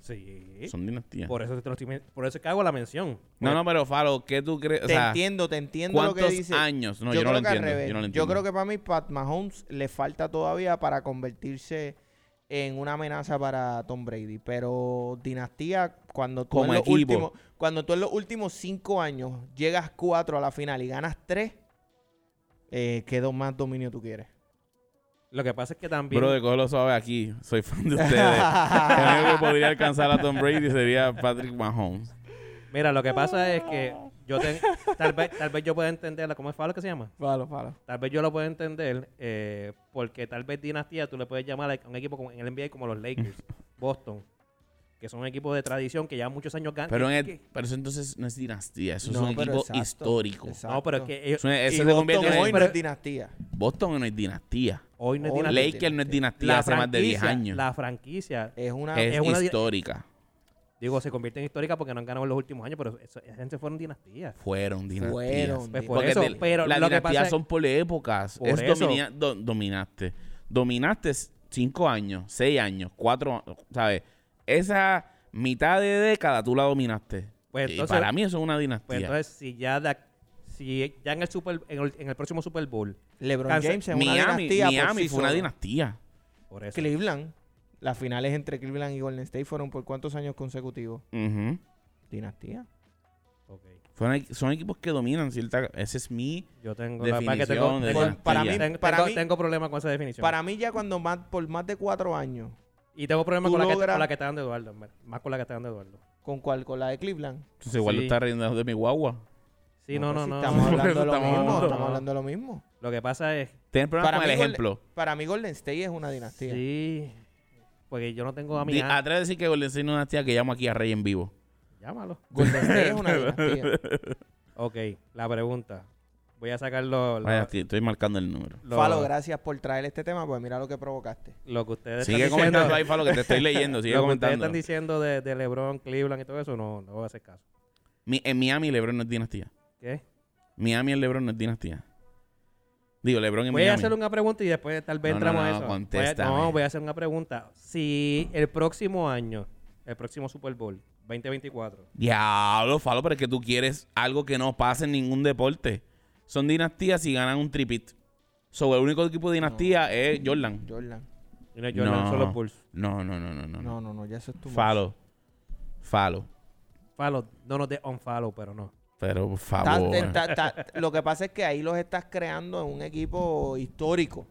Speaker 3: Sí.
Speaker 2: son dinastías.
Speaker 3: Por eso, te lo estoy men- por eso es que hago la mención. Pues,
Speaker 2: No, no, pero Falo, ¿qué tú crees? O
Speaker 1: te
Speaker 2: sea,
Speaker 1: entiendo, te entiendo lo que
Speaker 2: ¿cuántos
Speaker 1: dice.
Speaker 2: años? No, yo, no
Speaker 1: creo
Speaker 2: lo
Speaker 1: que al
Speaker 2: entiendo,
Speaker 1: revés.
Speaker 2: yo no lo entiendo.
Speaker 1: creo que para mí Pat Mahomes le falta todavía para convertirse en una amenaza para Tom Brady. Pero dinastía, cuando tú,
Speaker 2: Como
Speaker 1: en los,
Speaker 2: equipo.
Speaker 1: últimos, cuando tú en los últimos cinco años llegas cuatro a la final y ganas tres, eh, ¿qué do- más dominio tú quieres?
Speaker 3: Lo que pasa es que también.
Speaker 2: Bro, de cógelo suave aquí, soy fan de ustedes. el único que podría alcanzar a Tom Brady sería Patrick Mahomes.
Speaker 3: Mira, lo que pasa es que yo ten- tal vez tal vez yo pueda entenderla. ¿Cómo es Falo que se llama?
Speaker 1: Falo, falo.
Speaker 3: Tal vez yo lo pueda entender eh, porque tal vez dinastía tú le puedes llamar a un equipo como, en el NBA como los Lakers, Boston, que son equipos de tradición que llevan muchos años ganando.
Speaker 2: Pero, en el- pero eso entonces no es dinastía, eso
Speaker 1: No,
Speaker 2: es un
Speaker 1: pero
Speaker 2: equipo
Speaker 1: exacto,
Speaker 2: histórico.
Speaker 1: exacto.
Speaker 3: No, pero es que ellos-
Speaker 2: Eso es-
Speaker 1: Y
Speaker 2: eso se
Speaker 1: Boston
Speaker 2: convierte en-
Speaker 1: hoy no
Speaker 3: pero-
Speaker 1: es dinastía.
Speaker 2: Boston no es dinastía.
Speaker 3: hoy no es
Speaker 1: Hoy-
Speaker 3: dinastía.
Speaker 2: Lakers no es dinastía
Speaker 3: La
Speaker 2: hace más de 10
Speaker 3: franquicia-
Speaker 2: años.
Speaker 3: La franquicia,
Speaker 1: Es una...
Speaker 2: Es,
Speaker 3: es una di-
Speaker 2: histórica.
Speaker 3: digo, se convierte en histórica porque no han ganado en los últimos años, pero eso- esa gente fueron dinastías.
Speaker 2: Fueron dinastías.
Speaker 1: Fueron.
Speaker 3: Pues
Speaker 1: Di-
Speaker 3: por
Speaker 2: Porque
Speaker 3: eso,
Speaker 2: te-
Speaker 3: pero
Speaker 2: las
Speaker 3: lo que pasa
Speaker 2: dinastías
Speaker 3: es-
Speaker 2: son por épocas.
Speaker 3: Por
Speaker 2: es
Speaker 3: eso.
Speaker 2: domina- do- dominaste. Dominaste s- cinco años, seis años, cuatro años, ¿sabes? Esa mitad de década tú la dominaste.
Speaker 3: Pues
Speaker 2: y
Speaker 3: entonces-
Speaker 2: para mí eso es una dinastía.
Speaker 3: Pues entonces, si ya, da- si ya en, el super, en, el, en el próximo Super Bowl,
Speaker 1: LeBron
Speaker 3: Kansas-
Speaker 1: James es una
Speaker 2: Miami,
Speaker 1: dinastía por
Speaker 2: Miami
Speaker 1: sí
Speaker 2: fue una
Speaker 1: solo.
Speaker 2: dinastía.
Speaker 3: por eso.
Speaker 1: Cleveland. Las finales entre Cleveland y Golden State fueron por cuántos años consecutivos?
Speaker 2: Ujú.
Speaker 1: Dinastía.
Speaker 3: Ok.
Speaker 2: Fueron equ- son equipos que dominan cierta... Ese es mi...
Speaker 3: Yo tengo la verdad que
Speaker 2: Definición
Speaker 3: tengo,
Speaker 2: de
Speaker 3: tengo-
Speaker 2: dinastía.
Speaker 3: para mí,
Speaker 1: Tengo-
Speaker 3: para
Speaker 1: tengo-
Speaker 3: mí- tengo problemas con esa definición.
Speaker 1: Para mí ya cuando más, por más de cuatro años,
Speaker 3: y tengo problemas
Speaker 1: tú
Speaker 3: con la, que,
Speaker 1: logras-
Speaker 3: con la que está dando Eduardo, en verdad. más con la que está dando Eduardo.
Speaker 1: ¿con cuál? Con la de Cleveland.
Speaker 2: Entonces igual
Speaker 3: Sí.
Speaker 2: lo está riendo de mi guagua.
Speaker 3: Sí, no, no,
Speaker 1: pues, si
Speaker 3: no.
Speaker 1: Estamos hablando de lo
Speaker 2: Estamos
Speaker 1: mismo.
Speaker 2: hablando-
Speaker 1: Estamos hablando de lo mismo.
Speaker 3: Lo que pasa es,
Speaker 2: Tienes problemas
Speaker 1: Para
Speaker 2: con
Speaker 1: mí
Speaker 2: el
Speaker 1: Golden-
Speaker 2: ejemplo.
Speaker 1: Para mí Golden State es una dinastía.
Speaker 3: sí, porque yo no tengo a mi
Speaker 2: Di- Atreves a decir que Golden State no es una dinastía que llamo aquí a Rey en vivo.
Speaker 3: Llámalo.
Speaker 1: Golden State es una dinastía.
Speaker 3: Ok, la pregunta. Voy a sacar lo, lo-
Speaker 2: Vaya, estoy estoy marcando el número.
Speaker 3: lo-
Speaker 1: Falo, gracias por traer este tema, pues mira lo que provocaste.
Speaker 3: lo que ustedes
Speaker 2: Sigue
Speaker 3: están diciendo.
Speaker 2: comentando ahí, Falo, que te estoy leyendo. Sigue
Speaker 3: Lo que ustedes están
Speaker 2: comentando.
Speaker 3: diciendo de, de LeBron, Cleveland y todo eso, no, no voy a hacer caso.
Speaker 2: Mi- en Miami, LeBron no es dinastía.
Speaker 3: ¿Qué?
Speaker 2: Miami, el LeBron no es dinastía. Digo, LeBron en
Speaker 3: Voy a
Speaker 2: Miami.
Speaker 3: hacer una pregunta y después tal vez
Speaker 2: No, no,
Speaker 3: entramos
Speaker 2: no,
Speaker 3: a eso.
Speaker 2: contéstame.
Speaker 3: Voy a, no, voy a hacer una pregunta. Si el próximo año, el próximo Super Bowl, 2024,
Speaker 2: Diablo, Falo, pero es que tú quieres algo que no pase en ningún deporte. Son dinastías y ganan un tripit. Sobre el único equipo de dinastía es Jordan.
Speaker 1: Jordan.
Speaker 3: y no es Jordan,
Speaker 2: No.
Speaker 3: son los Bulls.
Speaker 2: No, no, no, no, no. no.
Speaker 1: No, no, no, ya eso es tu
Speaker 2: Falo. Falo.
Speaker 3: Follow, no nos de unfollow, pero no.
Speaker 2: Pero por
Speaker 1: Ta-
Speaker 2: favor.
Speaker 1: te- ta- ta- lo que pasa es que ahí los estás creando en un equipo histórico.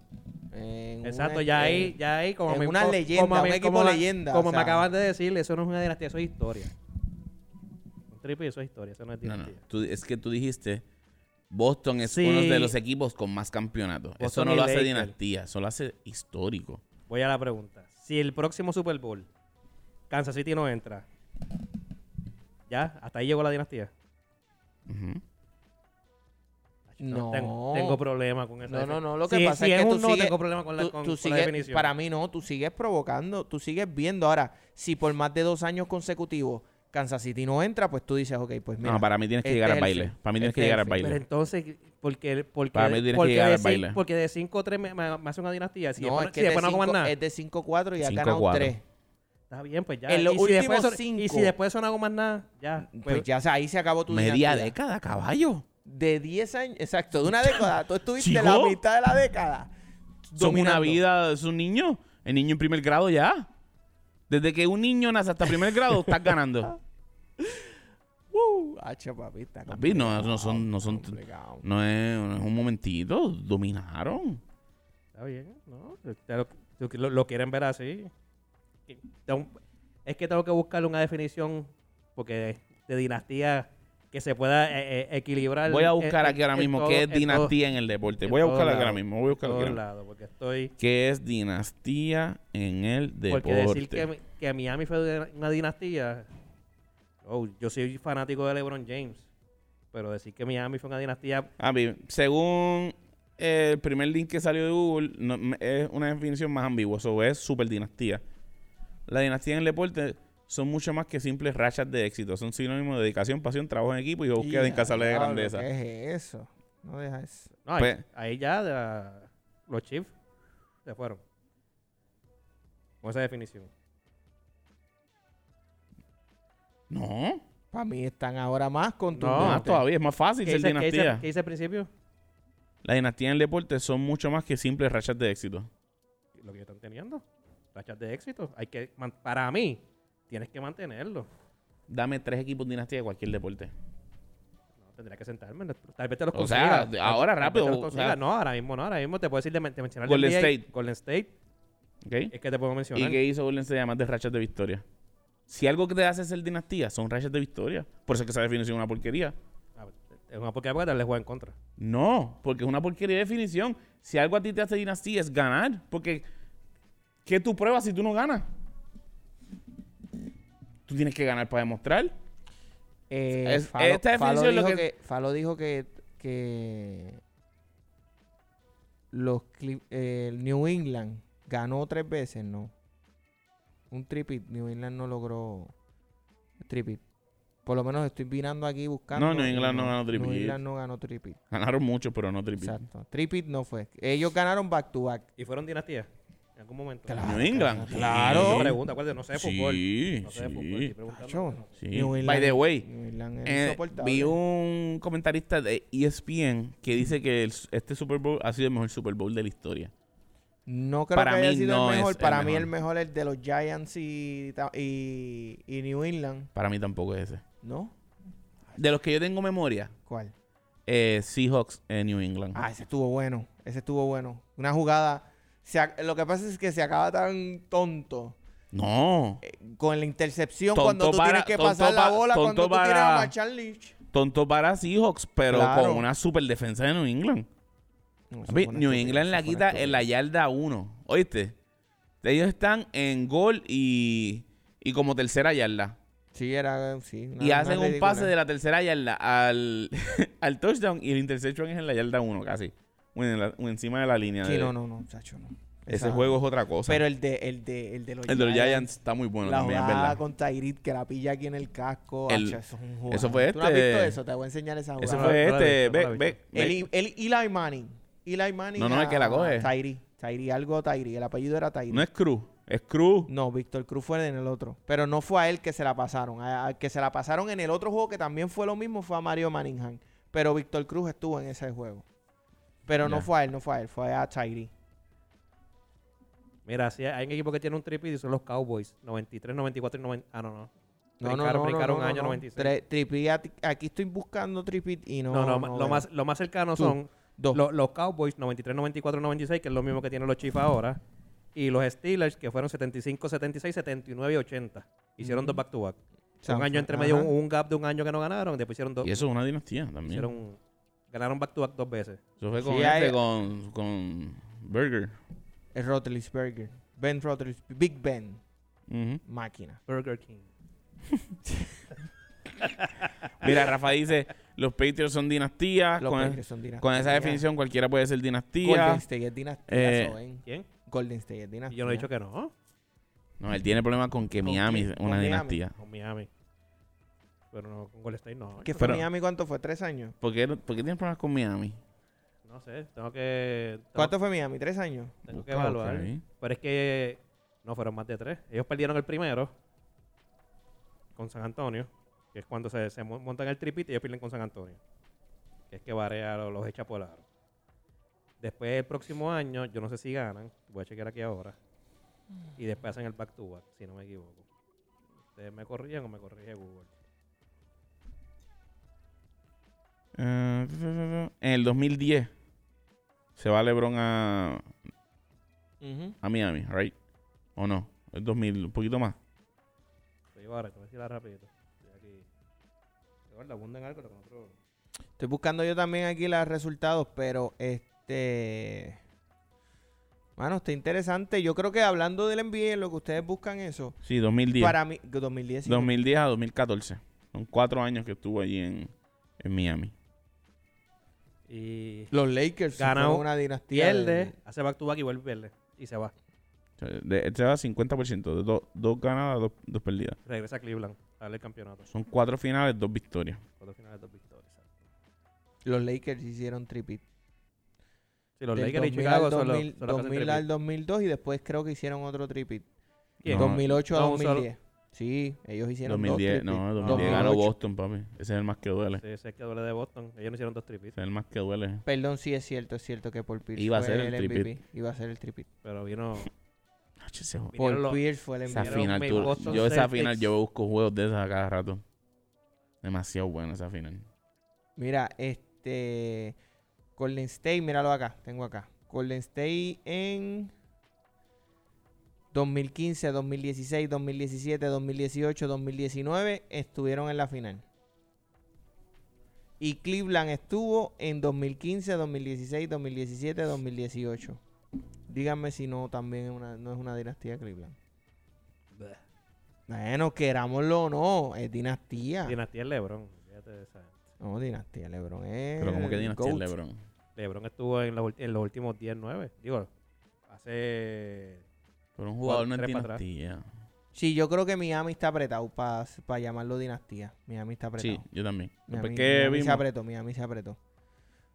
Speaker 1: En eh,
Speaker 3: Exacto,
Speaker 1: una-
Speaker 3: ya
Speaker 1: en-
Speaker 3: ahí, ya ahí, como
Speaker 1: es
Speaker 3: me-
Speaker 1: una
Speaker 3: co-
Speaker 1: leyenda,
Speaker 3: como me-
Speaker 1: un equipo
Speaker 3: como me-
Speaker 1: leyenda,
Speaker 3: Como
Speaker 1: o
Speaker 3: me
Speaker 1: sea.
Speaker 3: acaban de decir, eso no es una dinastía, eso es historia. Un triple, eso es historia, eso no es
Speaker 2: No, no.
Speaker 3: dinastía.
Speaker 2: Tú- es que tú dijiste, Boston es
Speaker 3: Sí.
Speaker 2: uno de los equipos con más campeonatos. Eso
Speaker 3: Boston
Speaker 2: no
Speaker 3: y
Speaker 2: lo hace
Speaker 3: Lakers.
Speaker 2: dinastía, eso lo hace histórico.
Speaker 3: Voy a la pregunta. Si el próximo Super Bowl, Kansas City no entra, ¿ya? Hasta ahí llegó la dinastía.
Speaker 2: Ujú.
Speaker 1: No.
Speaker 3: Tengo, tengo problema con eso.
Speaker 1: No, no, no, lo que
Speaker 3: si,
Speaker 1: pasa
Speaker 3: si
Speaker 1: es que tú
Speaker 3: un no,
Speaker 1: sigues-
Speaker 3: tengo problema con la,
Speaker 1: Tú-
Speaker 3: con-
Speaker 1: tú
Speaker 3: con la
Speaker 1: sigues-
Speaker 3: definición.
Speaker 1: para mí no, tú sigues provocando, tú sigues viendo. Ahora, si por más de dos años consecutivos Kansas City no entra, pues tú dices, ok, pues mira.
Speaker 2: no, para mí tienes que
Speaker 1: este
Speaker 2: llegar
Speaker 1: es
Speaker 2: al
Speaker 1: el
Speaker 2: baile.
Speaker 1: fin.
Speaker 2: Para mí tienes
Speaker 1: Este
Speaker 2: que
Speaker 1: es
Speaker 2: llegar
Speaker 1: el fin.
Speaker 2: al
Speaker 3: Pero
Speaker 2: baile.
Speaker 3: entonces, porque, porque,
Speaker 2: Para mí tienes que
Speaker 3: porque,
Speaker 2: llegar
Speaker 3: de
Speaker 2: al
Speaker 3: cin-
Speaker 2: baile.
Speaker 3: porque de 5 3 me, me- me hace una dinastía. Si
Speaker 1: no,
Speaker 3: después,
Speaker 1: es
Speaker 3: si
Speaker 1: que es de
Speaker 3: después no coman
Speaker 1: cinco- eh,
Speaker 3: nada,
Speaker 1: es de 5-4 y ha
Speaker 2: Cinco,
Speaker 1: ganado
Speaker 2: cuatro.
Speaker 1: 3.
Speaker 3: está bien, pues ya.
Speaker 1: en los
Speaker 3: y, si después,
Speaker 1: últimos
Speaker 3: eso- y si
Speaker 1: cinco-
Speaker 3: después eso no hago más nada, ya.
Speaker 1: Pues,
Speaker 3: Pues,
Speaker 1: ya o sea, ahí se acabó tu
Speaker 2: Media
Speaker 1: dinastía.
Speaker 2: década, caballo.
Speaker 1: De 10 años, exacto, de una década. Tú estuviste
Speaker 2: Chico.
Speaker 1: la mitad de la década.
Speaker 2: Son una
Speaker 1: dominando.
Speaker 2: vida, es un niño. El niño en primer grado ya. Desde que un niño nace hasta primer grado, estás ganando.
Speaker 1: Uh, hacho, papi, está
Speaker 2: Papi, no, no son, no son,
Speaker 1: complicado.
Speaker 2: no es, no es un momentito. Dominaron.
Speaker 3: Está bien, ¿no? Te Lo, tú- lo- lo quieren ver así. Que- tengo- Es que tengo que buscar una definición porque de dinastía que se pueda eh, eh, equilibrar.
Speaker 2: Voy a buscar
Speaker 3: en-
Speaker 2: aquí ahora
Speaker 3: en
Speaker 2: mismo
Speaker 3: todo-
Speaker 2: qué es
Speaker 3: en todo-
Speaker 2: dinastía en el deporte.
Speaker 3: en
Speaker 2: Voy a
Speaker 3: todo
Speaker 2: buscar aquí
Speaker 3: lado,
Speaker 2: ahora mismo. Voy a
Speaker 3: en
Speaker 2: buscar aquí
Speaker 3: todos
Speaker 2: ahora mismo.
Speaker 3: lados, porque estoy.
Speaker 2: ¿Qué es dinastía en el
Speaker 3: Porque
Speaker 2: deporte?
Speaker 3: decir que, mi- que Miami fue de- una dinastía. Oh, yo soy fanático de LeBron James. Pero decir que Miami fue una dinastía.
Speaker 2: A mí, Ah, según el primer link que salió de Google, no- me- es una definición más ambigua. Eso es super dinastía. La dinastía en el deporte son mucho más que simples rachas de éxito. Son sinónimos de dedicación, pasión, trabajo en equipo y búsqueda incansable de
Speaker 1: Diablo,
Speaker 2: grandeza.
Speaker 1: ¿Qué es eso? No deja eso.
Speaker 3: No, ahí-
Speaker 2: Pues-
Speaker 3: ahí, ya de la- los Chiefs se fueron. Con esa definición.
Speaker 2: No,
Speaker 1: Para mí están ahora más con tu.
Speaker 3: No,
Speaker 2: más todavía es más fácil
Speaker 3: este, ¿Qué
Speaker 2: ser
Speaker 3: dice, qué dice-
Speaker 2: dinastía.
Speaker 3: qué dice al principio?
Speaker 2: La dinastía en el deporte son mucho más que simples rachas de éxito.
Speaker 3: Lo que están teniendo. Rachas de éxito. Hay que, man- para mí, tienes que mantenerlo.
Speaker 2: Dame tres equipos dinastía de cualquier deporte.
Speaker 3: No, tendría que sentarme. no- Tal vez te los
Speaker 2: O sea,
Speaker 3: consiga.
Speaker 2: de- ahora
Speaker 3: Tal vez
Speaker 2: rápido,
Speaker 3: te los
Speaker 2: o
Speaker 3: consiga.
Speaker 2: sea.
Speaker 3: no, ahora mismo no. Ahora mismo te puedo decir de, men- de mencionar el
Speaker 2: Golden
Speaker 3: NBA,
Speaker 2: State.
Speaker 3: Golden State.
Speaker 2: ¿Ok?
Speaker 3: Es que te puedo mencionar.
Speaker 2: ¿Y qué hizo Golden State además de rachas de victoria? Si algo que te hace ser dinastía son rachas de victoria. Por eso es que esa definición es una porquería.
Speaker 3: Ah, Es una porquería porque tal vez juega en contra.
Speaker 2: No, porque es una porquería de definición. Si algo a ti te hace dinastía es ganar. Porque, ¿qué tú pruebas si tú no ganas? Tú tienes que ganar para demostrar.
Speaker 1: Eh,
Speaker 2: Es-
Speaker 1: Falo,
Speaker 2: esta
Speaker 1: Falo
Speaker 2: definición lo
Speaker 1: dijo que...
Speaker 2: que-
Speaker 1: Falo dijo que. que los Clip- eh, el New England ganó tres veces, ¿no? Un tripit. New England no logró tripit. Por lo menos estoy mirando aquí buscando.
Speaker 2: No, New England no ganó
Speaker 1: New
Speaker 2: tripit.
Speaker 1: England no ganó tripit.
Speaker 2: Ganaron mucho, pero no triple.
Speaker 1: Exacto. Tripit no fue. Ellos ganaron back to back.
Speaker 3: ¿Y fueron dinastías? En algún momento.
Speaker 1: Claro.
Speaker 2: New England.
Speaker 3: No
Speaker 1: Claro.
Speaker 3: pregunta, acuérdate, no sé de fútbol.
Speaker 2: Sí,
Speaker 3: No sé de fútbol.
Speaker 2: sí,
Speaker 3: estoy preguntando.
Speaker 1: Acho.
Speaker 2: sí.
Speaker 1: New England-
Speaker 2: By the way,
Speaker 1: New England era
Speaker 2: Eh,
Speaker 1: insoportable.
Speaker 2: vi un comentarista de E ESPN que dice que el- este Super Bowl ha sido el mejor Super Bowl de la historia.
Speaker 1: No creo
Speaker 2: Para
Speaker 1: que haya
Speaker 2: mí
Speaker 1: sido
Speaker 2: no
Speaker 1: el
Speaker 2: es
Speaker 1: mejor.
Speaker 2: el
Speaker 1: Para mí
Speaker 2: mejor.
Speaker 1: el mejor es el de los Giants y, ta- y, y New England.
Speaker 2: Para mí tampoco es ese.
Speaker 1: ¿No?
Speaker 2: De los que yo tengo memoria,
Speaker 1: ¿Cuál?
Speaker 2: eh, Seahawks en New England.
Speaker 1: Ah, ese estuvo bueno. Ese estuvo bueno. Una jugada. se ac- lo que pasa es que se acaba tan tonto
Speaker 2: No,
Speaker 1: eh, con la intercepción
Speaker 2: Tonto
Speaker 1: cuando tú
Speaker 2: para-
Speaker 1: tienes que
Speaker 2: tonto
Speaker 1: pasar la
Speaker 2: pa-
Speaker 1: bola, cuando
Speaker 2: tonto
Speaker 1: tú tienes a
Speaker 2: para-
Speaker 1: Marshall Lynch.
Speaker 2: tonto para Seahawks, pero
Speaker 1: Claro.
Speaker 2: con una super defensa de New England.
Speaker 1: No, eso
Speaker 2: Papi,
Speaker 1: fue una
Speaker 2: New
Speaker 1: estupidez,
Speaker 2: England la
Speaker 1: eso fue
Speaker 2: quita
Speaker 1: una
Speaker 2: en la
Speaker 1: estupidez.
Speaker 2: yarda 1. ¿Oíste? Ellos están en gol y, y como tercera yarda.
Speaker 1: Sí, era. Sí, una-
Speaker 2: y
Speaker 1: una
Speaker 2: hacen un
Speaker 1: ridícula.
Speaker 2: pase de la tercera yarda al, al touchdown y el interception es en la yarda 1 casi. O, en la- o encima de la línea.
Speaker 1: Sí,
Speaker 2: de-
Speaker 1: no, no, no, chacho, no.
Speaker 2: Eh, Ese
Speaker 1: Esa-
Speaker 2: juego es otra cosa.
Speaker 1: Pero el de, el de, el de los
Speaker 2: el de los Giants está muy bueno
Speaker 1: la
Speaker 2: también, es
Speaker 1: jugada
Speaker 2: ¿verdad?
Speaker 1: con Tyreek que la pilla aquí en el casco.
Speaker 2: El-
Speaker 1: hacho, eso, es un jugador.
Speaker 2: eso fue
Speaker 1: ¿Tú no has
Speaker 2: este-
Speaker 1: visto eso? Te voy a enseñar esa jugada.
Speaker 2: Ese
Speaker 3: No,
Speaker 2: fue
Speaker 3: no la he
Speaker 2: este.
Speaker 3: visto, no
Speaker 2: Ve,
Speaker 3: la he
Speaker 2: ve,
Speaker 1: El,
Speaker 2: ve.
Speaker 1: I- el Eli Manning. Eli Manning.
Speaker 2: No, no,
Speaker 1: a-
Speaker 2: el que la coge.
Speaker 1: a Tyree. Tyree, algo Tyree. El apellido era Tyree.
Speaker 2: No es Cruz, es Cruz.
Speaker 1: No, Víctor Cruz fue en el otro. Pero no fue a él que se la pasaron. A- Al que se la pasaron en el otro juego, que también fue lo mismo, fue a Mario Manningham. Pero Víctor Cruz estuvo en ese juego. Pero no
Speaker 2: Ya.
Speaker 1: fue a él, no fue a él, fue a Tyree.
Speaker 3: Mira, si hay un equipo que tiene un tripit y son los Cowboys. 93, 94 y 90. Ah, no, no.
Speaker 1: No, no, no,
Speaker 3: Brincaron-
Speaker 1: no,
Speaker 3: brincaron
Speaker 1: no,
Speaker 3: año
Speaker 1: no.
Speaker 3: 96.
Speaker 1: Tre- Trippier, at- aquí estoy buscando Tripit y no.
Speaker 3: No, no, lo,
Speaker 1: veo.
Speaker 3: más, lo más cercano
Speaker 1: Tú.
Speaker 3: son
Speaker 1: Dos.
Speaker 3: lo- los Cowboys 93, 94, 96, que es lo mismo que tienen los Chiefs ahora. Y los Steelers, que fueron 75, 76, 79 y 80. Hicieron dos back-to-back.
Speaker 1: O sea,
Speaker 3: un año
Speaker 1: fue-
Speaker 3: entre medio,
Speaker 1: ajá.
Speaker 3: un, un gap de un año que no ganaron. Después hicieron dos.
Speaker 2: Y eso es una dinastía también.
Speaker 3: hicieron, ganaron back-to-back dos veces.
Speaker 2: Eso fue con
Speaker 1: Sí,
Speaker 2: este,
Speaker 1: hay-
Speaker 2: con, con Burger.
Speaker 1: Es Roethlisberger. Ben Roethlisberger. Big Ben.
Speaker 2: Ujú.
Speaker 1: Máquina.
Speaker 3: Burger King.
Speaker 2: Mira, Rafa dice, los Patriots son
Speaker 3: Ah,
Speaker 2: dinastías.
Speaker 1: Los
Speaker 2: Con,
Speaker 1: Patriots son dinastía.
Speaker 2: con esa definición cualquiera puede ser
Speaker 1: Golden
Speaker 2: dinastía.
Speaker 1: State es dinastía.
Speaker 2: Eh,
Speaker 1: Soben.
Speaker 3: ¿Quién?
Speaker 1: Golden State es
Speaker 3: Y
Speaker 1: dinastía.
Speaker 3: Yo no he dicho que no.
Speaker 2: No, él tiene problemas con que
Speaker 1: ¿Con
Speaker 2: Miami
Speaker 1: quién?
Speaker 2: es una
Speaker 1: Con Miami.
Speaker 2: dinastía.
Speaker 3: Con Miami. Pero no, con Golden State no.
Speaker 1: Ah. ¿Qué fue
Speaker 2: Pero-
Speaker 1: Miami? ¿Cuánto fue? ¿Tres años?
Speaker 2: ¿Por qué, por qué tienes problemas con Miami?
Speaker 3: No sé, tengo que... tengo-
Speaker 1: ¿Cuánto fue Miami? ¿Tres años?
Speaker 3: Tengo que
Speaker 2: Busca, busca
Speaker 3: evaluar.
Speaker 2: ahí.
Speaker 3: Pero es que no fueron más de tres. Ellos perdieron el primero con San Antonio, que es cuando se, se mon- montan el tripit y ellos pierden con San Antonio. Que es que Varea lo- los echa por el aro. Después el próximo año, yo no sé si ganan, voy a chequear aquí ahora. Y después hacen el back to back, si no me equivoco. ¿Ustedes me corrían o me corrige Google?
Speaker 2: Eh, tu, tu, tu, tu. en el 2010 se va LeBron a,
Speaker 1: Ujú.
Speaker 2: a Miami, ¿right? ¿O no? El 2000, un poquito más.
Speaker 3: Te digo ahora, te voy a decirla rapidito. Estoy aquí. Gorda, abunda en algo, lo que nosotros-
Speaker 1: Estoy buscando yo también aquí los resultados, pero este. Bueno, está interesante. Yo creo que hablando del NBA, lo que ustedes buscan eso.
Speaker 2: Sí, 2010.
Speaker 1: Para mí, 2010. sí.
Speaker 2: 2010 a 2014. Son cuatro años que estuvo allí en, en Miami.
Speaker 3: Y
Speaker 1: Los Lakers sí
Speaker 3: Ganado.
Speaker 1: fueron una dinastía.
Speaker 3: pierde,
Speaker 1: de-
Speaker 3: hace back to back y vuelve a perder. Y se va.
Speaker 2: O sea, de- Este va 50%, de do- dos ganadas, dos, dos perdidas.
Speaker 3: Regresa a Cleveland a darle el campeonato.
Speaker 2: Son cuatro finales, dos victorias.
Speaker 3: Cuatro finales, dos victorias. exacto.
Speaker 1: Los Lakers hicieron tripit.
Speaker 3: Sí, los
Speaker 1: Del
Speaker 3: Lakers y
Speaker 1: 2000
Speaker 3: Chicago
Speaker 1: al
Speaker 3: son los,
Speaker 1: 2000,
Speaker 3: son los que hacen
Speaker 1: 2000 al 2002 y después creo que hicieron otro tripit.
Speaker 3: ¿Quién?
Speaker 2: No,
Speaker 1: 2008 a
Speaker 3: no, un solo.
Speaker 1: 2010. Sí, ellos hicieron
Speaker 2: 2010,
Speaker 1: dos
Speaker 2: no,
Speaker 1: tripit.
Speaker 2: 2010 ganó
Speaker 1: 2008.
Speaker 2: Boston, papi. Ese es el más que duele.
Speaker 3: triples. Sí, ese es que duele de Boston. Ellos no hicieron dos triples,
Speaker 2: Ese es el más que duele.
Speaker 1: Perdón, sí es cierto, es cierto que Paul Pierce
Speaker 2: Iba a
Speaker 1: fue
Speaker 2: ser el
Speaker 1: MVP.
Speaker 2: tripit.
Speaker 1: Iba a ser el tripit.
Speaker 3: pero vino.
Speaker 2: Ah, che, ese juego-
Speaker 1: Paul
Speaker 3: vinieron los-
Speaker 1: Pierce fue el
Speaker 2: Esa
Speaker 1: MVP.
Speaker 3: Vinieron
Speaker 2: final,
Speaker 3: mi
Speaker 2: tú-
Speaker 3: Boston
Speaker 2: yo esa
Speaker 3: Celtics.
Speaker 2: final, yo busco juegos de esas a cada rato. Demasiado buena esa final.
Speaker 1: Mira, este. Golden State, míralo acá, tengo acá. Golden State en 2015, 2016, 2017, 2018, 2019 estuvieron en la final. Y Cleveland estuvo en 2015, 2016, 2017, 2018. Díganme si no también es una- no es una dinastía Cleveland. Bueno, querámoslo o no, es dinastía.
Speaker 3: Dinastía es LeBron. fíjate de esa.
Speaker 1: No, dinastía LeBron es
Speaker 2: Pero como que
Speaker 1: el
Speaker 2: dinastía es
Speaker 1: GOAT.
Speaker 2: LeBron.
Speaker 3: LeBron estuvo en, la ul- en los últimos 10, 9. Digo, hace.
Speaker 2: Pero un jugador no es
Speaker 3: Tres para atrás.
Speaker 2: dinastía.
Speaker 1: Sí, yo creo que Miami está apretado para llamarlo dinastía. Miami está apretado.
Speaker 2: Sí, yo también.
Speaker 1: Miami,
Speaker 2: Después que
Speaker 1: Miami se
Speaker 2: vimos-
Speaker 1: apretó, Miami se apretó.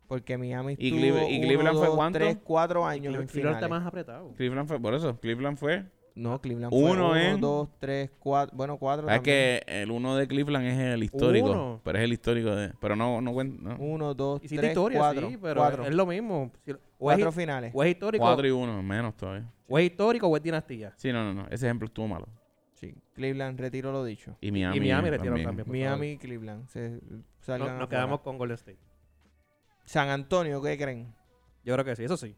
Speaker 1: Porque Miami
Speaker 2: ¿Y
Speaker 1: estuvo
Speaker 2: Cleve- y Cleveland fue cuánto?
Speaker 1: 3, 4
Speaker 3: Y
Speaker 1: años
Speaker 3: Cleveland
Speaker 1: en
Speaker 3: Cleveland está
Speaker 1: finales.
Speaker 3: más apretado.
Speaker 2: Cleveland fue, por eso, Cleveland fue.
Speaker 1: No, Cleveland
Speaker 2: Uno
Speaker 1: fue
Speaker 2: en-
Speaker 1: 1, 2, 3, 4, bueno, 4
Speaker 2: Sabes que el uno de Cleveland es el histórico.
Speaker 3: Uno.
Speaker 2: Pero es el histórico de. Pero no, no cuenta. no.
Speaker 1: 1, 2,
Speaker 3: Hiciste
Speaker 1: 3,
Speaker 3: historia,
Speaker 1: 4,
Speaker 3: sí, pero
Speaker 1: 4,
Speaker 3: es lo mismo. Si- O es,
Speaker 1: 4
Speaker 3: hi-
Speaker 1: finales.
Speaker 3: o es histórico,
Speaker 2: Cuatro y uno, menos todavía.
Speaker 3: o es histórico o es dinastía.
Speaker 2: Sí, no, no, no. Ese ejemplo estuvo malo.
Speaker 1: Sí, Cleveland retiró lo dicho.
Speaker 2: Y Miami.
Speaker 3: y Miami retiraron
Speaker 2: también.
Speaker 3: también. por favor.
Speaker 1: Miami y Cleveland se
Speaker 3: No-
Speaker 1: salgan
Speaker 3: nos
Speaker 1: afuera.
Speaker 3: quedamos con Golden State.
Speaker 1: San Antonio, ¿qué creen?
Speaker 3: Yo creo que sí, eso sí.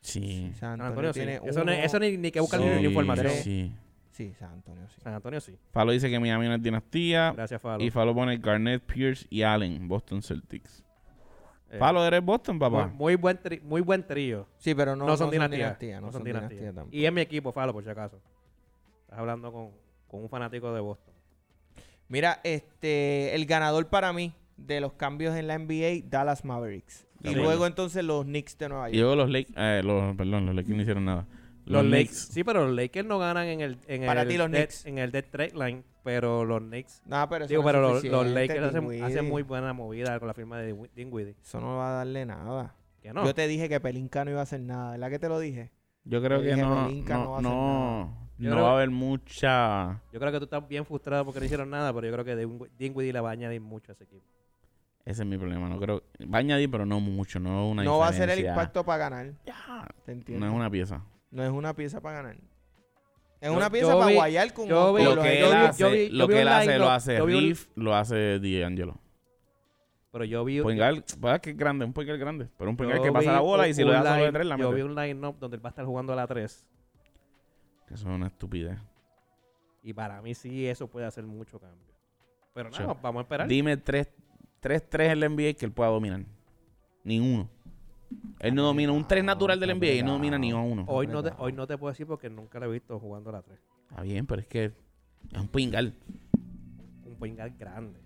Speaker 2: Sí.
Speaker 1: San
Speaker 3: San
Speaker 1: Antonio
Speaker 3: Antonio sí.
Speaker 1: tiene
Speaker 3: Eso,
Speaker 1: uno-
Speaker 3: no- eso ni, ni que buscar
Speaker 1: Sí,
Speaker 3: ni, ni información.
Speaker 1: tres.
Speaker 2: Sí.
Speaker 1: Sí, San Antonio sí.
Speaker 3: San Antonio sí.
Speaker 2: Falo dice que Miami no es dinastía.
Speaker 3: Gracias, Falo.
Speaker 2: Ah, Y Falo pone Garnett, Pierce y Allen, Boston Celtics.
Speaker 3: Eh,
Speaker 2: Falo, eres Boston,
Speaker 3: muy,
Speaker 2: papá.
Speaker 3: muy buen tri- muy buen trío.
Speaker 1: Sí, pero
Speaker 3: No,
Speaker 1: no,
Speaker 3: son dinastías.
Speaker 1: dinastía, No son dinastía tampoco.
Speaker 3: Y es mi equipo, Falo, por si acaso. Estás hablando con, con un fanático de Boston.
Speaker 1: Mira, este, el ganador para mí de los cambios en la NBA, Dallas Mavericks.
Speaker 2: De
Speaker 1: y
Speaker 2: acuerdo.
Speaker 1: luego entonces los Knicks de Nueva
Speaker 2: Y
Speaker 1: York.
Speaker 2: luego los Lakers. eh, los, perdón, los Lakers no hicieron nada.
Speaker 3: Los Lakers. Sí, pero los Lakers no ganan en el. En
Speaker 1: Para
Speaker 3: el
Speaker 1: ti, los
Speaker 3: dead-
Speaker 1: Knicks.
Speaker 3: En el Dead Trade Line, pero los Knicks.
Speaker 1: Nah, pero eso
Speaker 3: Digo,
Speaker 1: no es
Speaker 3: pero los, los
Speaker 1: suficiente,
Speaker 3: Lakers hacen,
Speaker 1: Dinwiddie.
Speaker 3: hacen muy buena movida con la firma de Dinwi- Dinwiddie.
Speaker 1: Eso no va a darle nada.
Speaker 3: Que no.
Speaker 1: Yo te dije que Pelinka no iba a hacer nada, ¿verdad que te lo dije?
Speaker 2: Yo creo
Speaker 1: Yo
Speaker 2: que
Speaker 1: dije,
Speaker 2: no,
Speaker 1: Belinca no va a
Speaker 2: no,
Speaker 1: hacer
Speaker 2: no,
Speaker 3: Yo
Speaker 2: no
Speaker 3: creo-
Speaker 2: va a haber mucha.
Speaker 3: Yo creo que tú estás bien frustrado porque no hicieron nada, pero yo creo que Ding- Dinwiddie le va a añadir mucho a ese equipo.
Speaker 2: Ese es mi problema. No creo. Va a añadir, pero no mucho. No una
Speaker 1: no va a ser el
Speaker 2: diferencia.
Speaker 1: impacto para ganar. ¿Te
Speaker 2: No
Speaker 1: entiendes?
Speaker 2: es una pieza.
Speaker 1: pieza para ganar. Es
Speaker 3: Yo-
Speaker 1: una pieza
Speaker 3: yo
Speaker 1: para
Speaker 3: vi-
Speaker 1: guayar con
Speaker 3: yo vi-
Speaker 1: con
Speaker 2: Lo
Speaker 1: los
Speaker 2: que
Speaker 3: yo
Speaker 2: él
Speaker 3: vi-
Speaker 1: equipos.
Speaker 2: hace,
Speaker 3: yo vi- yo
Speaker 2: lo
Speaker 3: vi
Speaker 2: que
Speaker 3: un
Speaker 2: él hace, lo
Speaker 3: lineup,
Speaker 2: hace
Speaker 3: yo vi un-
Speaker 2: Riff, lo hace D'Angelo.
Speaker 3: Pero yo vi,
Speaker 2: Point guard, va, que es grande, un point guard grande. Pero un point guard
Speaker 3: yo
Speaker 2: que
Speaker 3: vi
Speaker 2: pasa la bola y
Speaker 3: un-
Speaker 2: si lo
Speaker 3: un
Speaker 2: deja solo de
Speaker 3: line-
Speaker 2: tres, la
Speaker 3: Yo vi
Speaker 2: mete.
Speaker 3: un line-up donde él va a estar jugando a la 3.
Speaker 2: Que Eso es una estupidez.
Speaker 3: Y para mí sí eso puede hacer mucho cambio. Pero nada,
Speaker 2: Sí.
Speaker 3: vamos a esperar.
Speaker 2: Dime tres, tres, tres en la NBA que él pueda dominar. Ninguno. Él no domina un tres natural del NBA y no domina ni a uno.
Speaker 1: Oh.
Speaker 3: Hoy no, te, hoy no te puedo decir porque nunca lo he visto jugando a la 3.
Speaker 2: Está bien, pero es que es un pingal.
Speaker 3: Un pingal grande.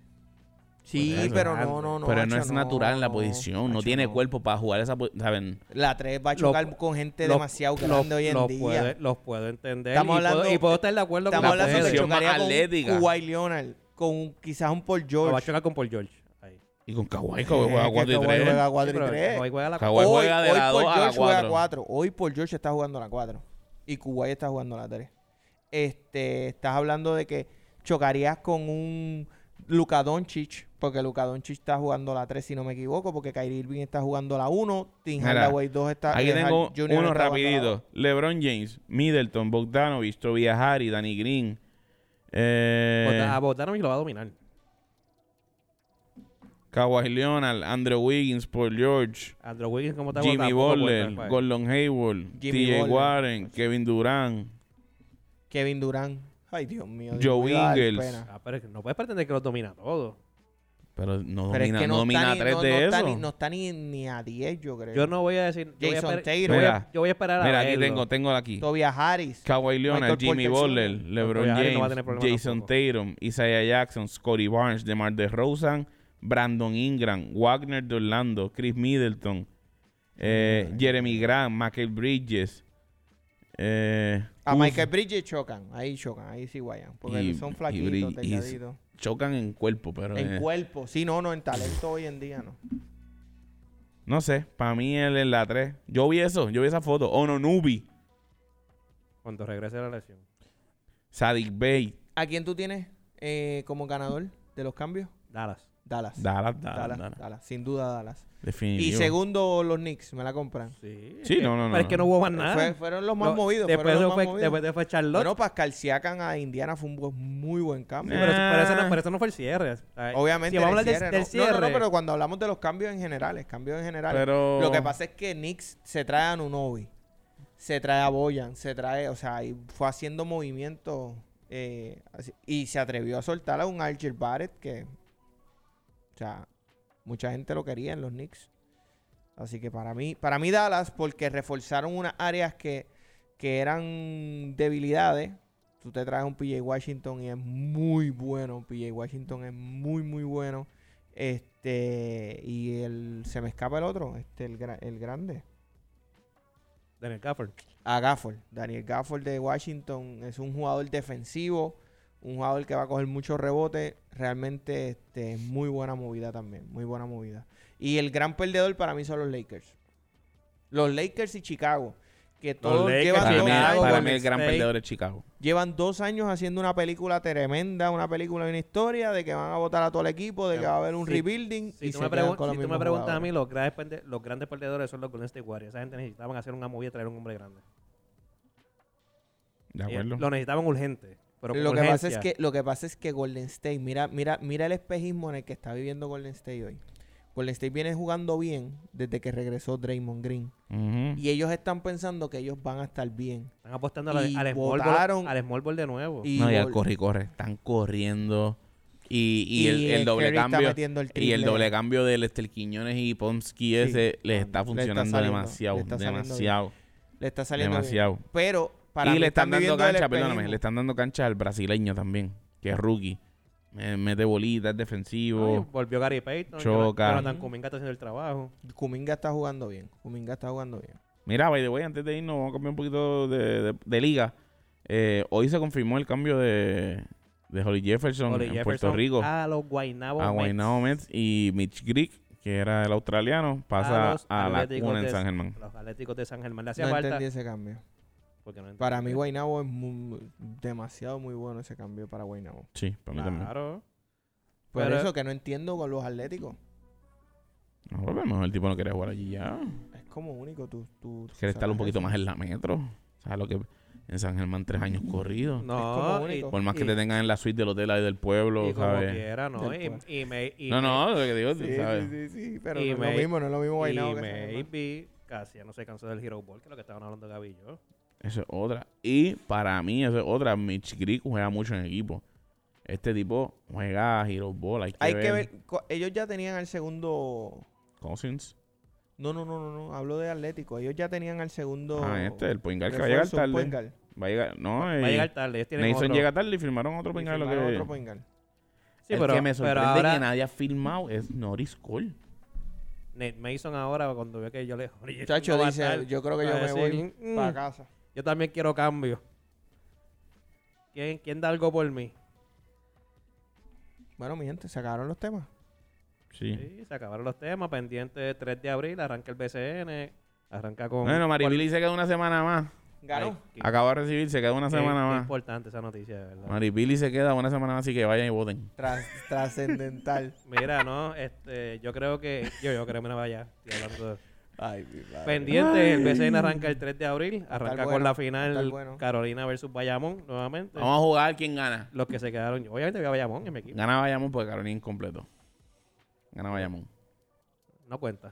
Speaker 1: Sí,
Speaker 2: Pues eso,
Speaker 1: pero
Speaker 3: grande.
Speaker 1: no, no, no.
Speaker 2: pero no
Speaker 1: macho,
Speaker 2: es natural en la posición. No
Speaker 1: macho,
Speaker 2: tiene cuerpo para jugar esa po- ¿Saben?
Speaker 1: La 3 va a
Speaker 3: Lo-
Speaker 1: chocar con gente
Speaker 3: lo-
Speaker 1: demasiado grande hoy en
Speaker 3: los
Speaker 1: día.
Speaker 3: Puedo, los puedo entender.
Speaker 1: Estamos
Speaker 3: y, puedo-
Speaker 1: hablando-
Speaker 3: y puedo estar de acuerdo
Speaker 1: Estamos
Speaker 3: con
Speaker 1: hablando de que
Speaker 2: posición más
Speaker 1: chocaría con
Speaker 2: atlética.
Speaker 1: un Kawhi Leonard, con un- quizás un Paul
Speaker 3: Lo va a
Speaker 1: George.
Speaker 3: chocar con Paul George. Ahí.
Speaker 2: Y con Kawhi,
Speaker 1: Eh,
Speaker 2: Kawhi juega
Speaker 1: que
Speaker 2: 4 y
Speaker 1: Kawhi
Speaker 2: 3.
Speaker 1: juega cuatro y
Speaker 3: Sí, pero
Speaker 1: tres.
Speaker 3: Kawhi juega la-
Speaker 2: Kawhi
Speaker 1: Hoy-
Speaker 2: juega de
Speaker 1: hoy
Speaker 2: la
Speaker 1: Paul
Speaker 2: 2 a la
Speaker 1: George juega
Speaker 2: 4.
Speaker 1: cuatro. Hoy Paul George está jugando la 4. Y Kuwait está jugando la 3. Este, estás hablando de que chocarías con un Luka Doncic, porque Luka Doncic está jugando la 3 si no me equivoco, porque Kyrie Irving está jugando la 1, Tim
Speaker 2: Mira,
Speaker 1: Hardaway 2 está
Speaker 2: Aquí
Speaker 1: eh,
Speaker 2: tengo
Speaker 1: Hard- Junior
Speaker 2: unos
Speaker 1: está jugando la dos.
Speaker 2: rapiditos. LeBron James, Middleton, Bogdanovich, Tobias Harry, Danny Green. Eh,
Speaker 3: Bogdan- A Bogdanovich lo va a dominar.
Speaker 2: Kawhi Leonard, Andrew Wiggins, Paul George,
Speaker 3: Andrew Wiggins, ¿cómo está
Speaker 2: Jimmy
Speaker 3: Tampoco puede
Speaker 2: Butler,
Speaker 3: estar, pues.
Speaker 2: Gordon Hayward,
Speaker 1: Jimmy
Speaker 2: TJ
Speaker 1: Butler.
Speaker 2: Warren, Kevin Durant,
Speaker 1: Kevin Durant. Ay, Dios mío. Dios
Speaker 2: Joe
Speaker 1: me iba a dar
Speaker 2: Ingles.
Speaker 1: pena.
Speaker 3: Ah, pero es que no puedes pretender que los domina todos.
Speaker 2: pero no
Speaker 1: Pero
Speaker 2: domina,
Speaker 1: es que
Speaker 2: no
Speaker 1: no,
Speaker 2: domina
Speaker 1: está, ni,
Speaker 2: tres
Speaker 1: no-
Speaker 2: de
Speaker 1: no
Speaker 2: eso.
Speaker 1: está ni- no está ni- ni a 10, yo creo.
Speaker 3: Yo no voy a decir. Yo voy a
Speaker 1: Jason
Speaker 3: esperar-
Speaker 1: Taylor.
Speaker 3: yo voy a-
Speaker 2: Mira,
Speaker 3: Yo voy a esperar a
Speaker 2: Mira, aquí
Speaker 3: verlo.
Speaker 2: tengo, tengo aquí.
Speaker 1: Tobias Harris.
Speaker 2: Kawhi Leonard,
Speaker 1: Michael
Speaker 2: Jimmy
Speaker 1: Porter
Speaker 2: Butler,
Speaker 1: Jr.
Speaker 2: LeBron
Speaker 3: Pues, Harden
Speaker 2: James,
Speaker 3: no va a tener problema
Speaker 2: Jason
Speaker 3: tampoco.
Speaker 2: Tatum, Isaiah Jackson, Scotty Barnes, DeMar DeRozan, Brandon Ingram, Wagner de Orlando, Chris Middleton, eh, Jeremy Grant, Michael Bridges. eh,
Speaker 1: A
Speaker 2: uf,
Speaker 1: Michael Bridges chocan. Ahí chocan. Ahí sí guayan. Porque
Speaker 2: Y-
Speaker 1: son
Speaker 2: y
Speaker 1: flaquitos,
Speaker 2: Bridges-
Speaker 1: delgaditos.
Speaker 2: chocan en cuerpo, pero
Speaker 1: En
Speaker 2: eh,
Speaker 1: cuerpo. Sí, no, no. En talento hoy en día no.
Speaker 2: no sé. Para mí él es la 3. Yo vi eso, yo vi esa foto. Ono Nubi,
Speaker 3: Cuando regrese la lesión.
Speaker 2: Sadik Bey,
Speaker 1: ¿A quién tú tienes eh, como ganador de los cambios?
Speaker 3: Dallas.
Speaker 1: Dallas.
Speaker 2: Dallas, Dallas,
Speaker 1: Dallas,
Speaker 2: Dallas.
Speaker 1: Dallas. Sin duda Dallas.
Speaker 2: Definitivo.
Speaker 1: Y segundo, los Knicks. Me la compran.
Speaker 3: Sí.
Speaker 2: Sí, no, no, no,
Speaker 3: Pero es que no hubo
Speaker 2: Ah,
Speaker 3: más nada.
Speaker 1: Fue- fueron los más
Speaker 3: Lo-
Speaker 1: movidos.
Speaker 3: Después,
Speaker 1: fueron
Speaker 3: de
Speaker 1: los más
Speaker 3: fue,
Speaker 1: movidos.
Speaker 3: después de fue Charlotte.
Speaker 1: Bueno, Pascal Siakam a Indiana fue un bu- muy buen cambio.
Speaker 3: Sí, pero, eso- pero eso
Speaker 2: Ah.
Speaker 3: no, pero eso no fue el cierre. O sea,
Speaker 1: eh. Obviamente,
Speaker 3: Si vamos
Speaker 1: el
Speaker 3: a hablar del
Speaker 1: cierre,
Speaker 3: del
Speaker 1: no.
Speaker 3: cierre.
Speaker 1: No, no, no, pero cuando hablamos de los cambios en generales, cambios en general.
Speaker 2: Pero-
Speaker 1: Lo que pasa es que Knicks se trae a Nunobi, se trae a Boyan, se trae, o sea, y fue haciendo movimientos eh, así- y se atrevió a soltar a un Archer Barrett que, o sea, mucha gente lo quería en los Knicks. Así que para mí, para mí Dallas, porque reforzaron unas áreas que, que eran debilidades. Tú te traes un PJ Washington y es muy bueno. PJ Washington es muy, muy bueno. Este, y el, se me escapa el otro, este, el, gra- el grande.
Speaker 3: Daniel Gafford.
Speaker 1: A Gafford. Daniel Gafford de Washington es un jugador defensivo, un jugador que va a coger muchos rebotes. Realmente, este, es muy buena movida también, muy buena movida. Y el gran perdedor para mí son los Lakers. Los Lakers y Chicago, que todos
Speaker 3: Lakers,
Speaker 1: llevan
Speaker 2: para
Speaker 1: dos
Speaker 2: mí,
Speaker 3: Chicago,
Speaker 1: años-
Speaker 2: para
Speaker 3: Golden
Speaker 2: mí el gran
Speaker 3: State.
Speaker 2: perdedor es Chicago.
Speaker 1: Llevan dos años haciendo una película tremenda, una película y una historia de que van a votar a todo el equipo, de que va a haber un
Speaker 3: Si-
Speaker 1: rebuilding.
Speaker 3: Si
Speaker 1: y
Speaker 3: tú,
Speaker 1: se
Speaker 3: me,
Speaker 1: quedan
Speaker 3: pregun-
Speaker 1: con los
Speaker 3: si tú me
Speaker 1: mismos
Speaker 3: preguntas a
Speaker 1: jugadores.
Speaker 3: mí, los grandes, perde- los grandes perdedores son los Golden State Warriors. Esa gente necesitaban hacer una movida y traer un hombre grande.
Speaker 2: De
Speaker 3: Eh,
Speaker 2: acuerdo.
Speaker 3: Lo necesitaban urgente. Pero con
Speaker 1: lo que pasa es
Speaker 3: urgencia.
Speaker 1: que lo que pasa es que Golden State mira mira mira el espejismo en el que está viviendo Golden State hoy Golden State viene jugando bien desde que regresó Draymond Green
Speaker 2: Ujú.
Speaker 1: y ellos están pensando que ellos van a estar bien
Speaker 3: Están apostando a la-
Speaker 1: y
Speaker 3: al, small
Speaker 1: votaron-
Speaker 3: ball, al small ball de nuevo.
Speaker 1: y
Speaker 2: no, y al
Speaker 1: Gol-
Speaker 2: corre y corre. Están corriendo. Y, y el,
Speaker 1: y,
Speaker 2: el
Speaker 1: eh,
Speaker 2: doble
Speaker 1: Curry está
Speaker 2: cambio.
Speaker 1: metiendo el
Speaker 2: Y el
Speaker 1: triple.
Speaker 2: doble cambio de Lester Quiñones y Pomsky ese les está
Speaker 1: le está
Speaker 2: funcionando
Speaker 1: saliendo,
Speaker 2: demasiado.
Speaker 1: le está saliendo bien.
Speaker 2: demasiado.
Speaker 1: le está saliendo
Speaker 2: demasiado.
Speaker 1: bien. pero para
Speaker 2: y
Speaker 1: mí
Speaker 2: le están dando
Speaker 1: viviendo el
Speaker 2: cancha, perdóname,
Speaker 1: espejismo.
Speaker 2: le están dando cancha al brasileño también, que es rookie. Eh, mete bolitas, es
Speaker 3: Ay,
Speaker 2: defensivo.
Speaker 3: volvió Gary Payton.
Speaker 2: Choca.
Speaker 3: Jonathan Kuminga está haciendo el trabajo.
Speaker 1: Kuminga está jugando bien Kuminga está jugando bien
Speaker 2: Mira, by the way, antes de irnos, vamos a cambiar un poquito de, de- de liga. Eh, hoy se confirmó el cambio de, de Holly Jefferson
Speaker 3: Holly
Speaker 2: en
Speaker 3: Jefferson
Speaker 2: Puerto Rico
Speaker 3: A los Guaynabo
Speaker 2: a
Speaker 3: Mets.
Speaker 2: Guaynabo Mets y Mitch Grigg, que era el australiano, pasa
Speaker 3: Ah, los
Speaker 2: a, la
Speaker 3: Atléticos
Speaker 2: cuna en
Speaker 3: de-
Speaker 2: San Germán.
Speaker 3: Los Atléticos de San Germán. Le hacía
Speaker 1: No
Speaker 3: falta.
Speaker 1: entendí ese cambio.
Speaker 3: porque no
Speaker 1: Para mí,
Speaker 3: entendí.
Speaker 1: Guaynabo es mu- demasiado muy bueno ese cambio para Guaynabo.
Speaker 2: Sí, para mí también.
Speaker 3: Claro.
Speaker 1: Por
Speaker 3: Pero-
Speaker 1: eso que no entiendo con los atléticos.
Speaker 2: No, pero a lo mejor el tipo no quería jugar allí ya.
Speaker 1: Es como único. Tú, tú, tú
Speaker 2: Quiere estar un
Speaker 1: sabes
Speaker 2: poquito
Speaker 1: eso.
Speaker 2: más en la metro. ¿Sabes lo que en San Germán tres años corridos?
Speaker 1: como
Speaker 3: No, y-
Speaker 1: único.
Speaker 2: Por más que
Speaker 3: y-
Speaker 2: te tengan en la suite del hotel ahí del pueblo,
Speaker 3: y como
Speaker 2: ¿sabes?
Speaker 3: quiera, ¿no?
Speaker 1: Del
Speaker 3: Y, y me- y
Speaker 2: No,
Speaker 3: me-
Speaker 2: no, lo que digo,
Speaker 1: Sí,
Speaker 2: ¿sabes?
Speaker 1: sí, sí, sí, pero
Speaker 3: Y
Speaker 1: no es
Speaker 3: me-
Speaker 1: lo mismo, no es lo mismo Guaynabo
Speaker 3: y
Speaker 1: que San Germán.
Speaker 3: maybe casi ya no se cansó del Hero Ball, que es lo que estaban hablando Gaby y yo.
Speaker 2: Eso es otra. Y para mí, eso es otra. Mitch Creek juega mucho en equipo. Este tipo juega a Hero Ball. Hay que,
Speaker 1: Hay
Speaker 2: ver.
Speaker 1: que ver. co- Ellos ya tenían al segundo.
Speaker 2: Cousins.
Speaker 1: No, no, no, no, no. Hablo de Atlético. Ellos ya tenían al segundo.
Speaker 2: Ah, este, el point guard que va a llegar
Speaker 1: refuerzo, un
Speaker 2: tarde.
Speaker 1: point guard.
Speaker 2: Va a llegar. No,
Speaker 3: Va a
Speaker 2: eh,
Speaker 3: llegar tarde, ellos tienen
Speaker 2: Mason
Speaker 3: otro.
Speaker 2: llega tarde y firmaron otro
Speaker 1: Y
Speaker 2: point guard, lo
Speaker 1: firmaron
Speaker 2: que-
Speaker 1: otro point guard.
Speaker 3: Sí,
Speaker 2: el
Speaker 3: pero,
Speaker 2: que me
Speaker 3: pero
Speaker 2: sorprende
Speaker 3: ahora
Speaker 2: que nadie ha firmado es Norris Cole.
Speaker 3: Nate Mason ahora cuando ve que yo le...
Speaker 1: Chacho
Speaker 3: no va a
Speaker 1: dice:
Speaker 3: estar,
Speaker 1: Yo creo que
Speaker 3: va
Speaker 1: yo
Speaker 3: a
Speaker 1: me voy
Speaker 3: decir, "Mm,
Speaker 1: para casa.
Speaker 3: Yo también quiero cambio. ¿Quién, quién da algo por mí?
Speaker 1: Bueno, mi gente, se acabaron los temas.
Speaker 2: Sí.
Speaker 3: Sí, se acabaron los temas, pendiente 3 de abril, arranca el BCN, arranca con...
Speaker 2: Bueno, Maripili se queda una semana más.
Speaker 1: Ganó.
Speaker 3: Ay, qué-
Speaker 2: Acaba de recibir, se queda una
Speaker 3: qué-
Speaker 2: Ah, semana
Speaker 3: qué
Speaker 2: más.
Speaker 3: importante esa noticia, de verdad.
Speaker 2: Maripili se queda una semana más, así que vayan y voten.
Speaker 1: Tras- trascendental.
Speaker 3: Mira, no, este, yo creo que... Yo, yo creo que me vaya, estoy hablando de-
Speaker 1: Ay, mi padre.
Speaker 3: Pendiente, el BCN arranca el 3 de abril, arranca con
Speaker 1: bueno,
Speaker 3: la
Speaker 1: va a
Speaker 3: final
Speaker 1: estar bueno.
Speaker 3: Carolina versus Bayamón nuevamente.
Speaker 2: Vamos a jugar quién gana.
Speaker 3: Los que se quedaron, obviamente voy a Bayamón en mi equipo.
Speaker 2: Gana Bayamón porque Carolina incompleto. Gana Bayamón.
Speaker 3: No cuenta.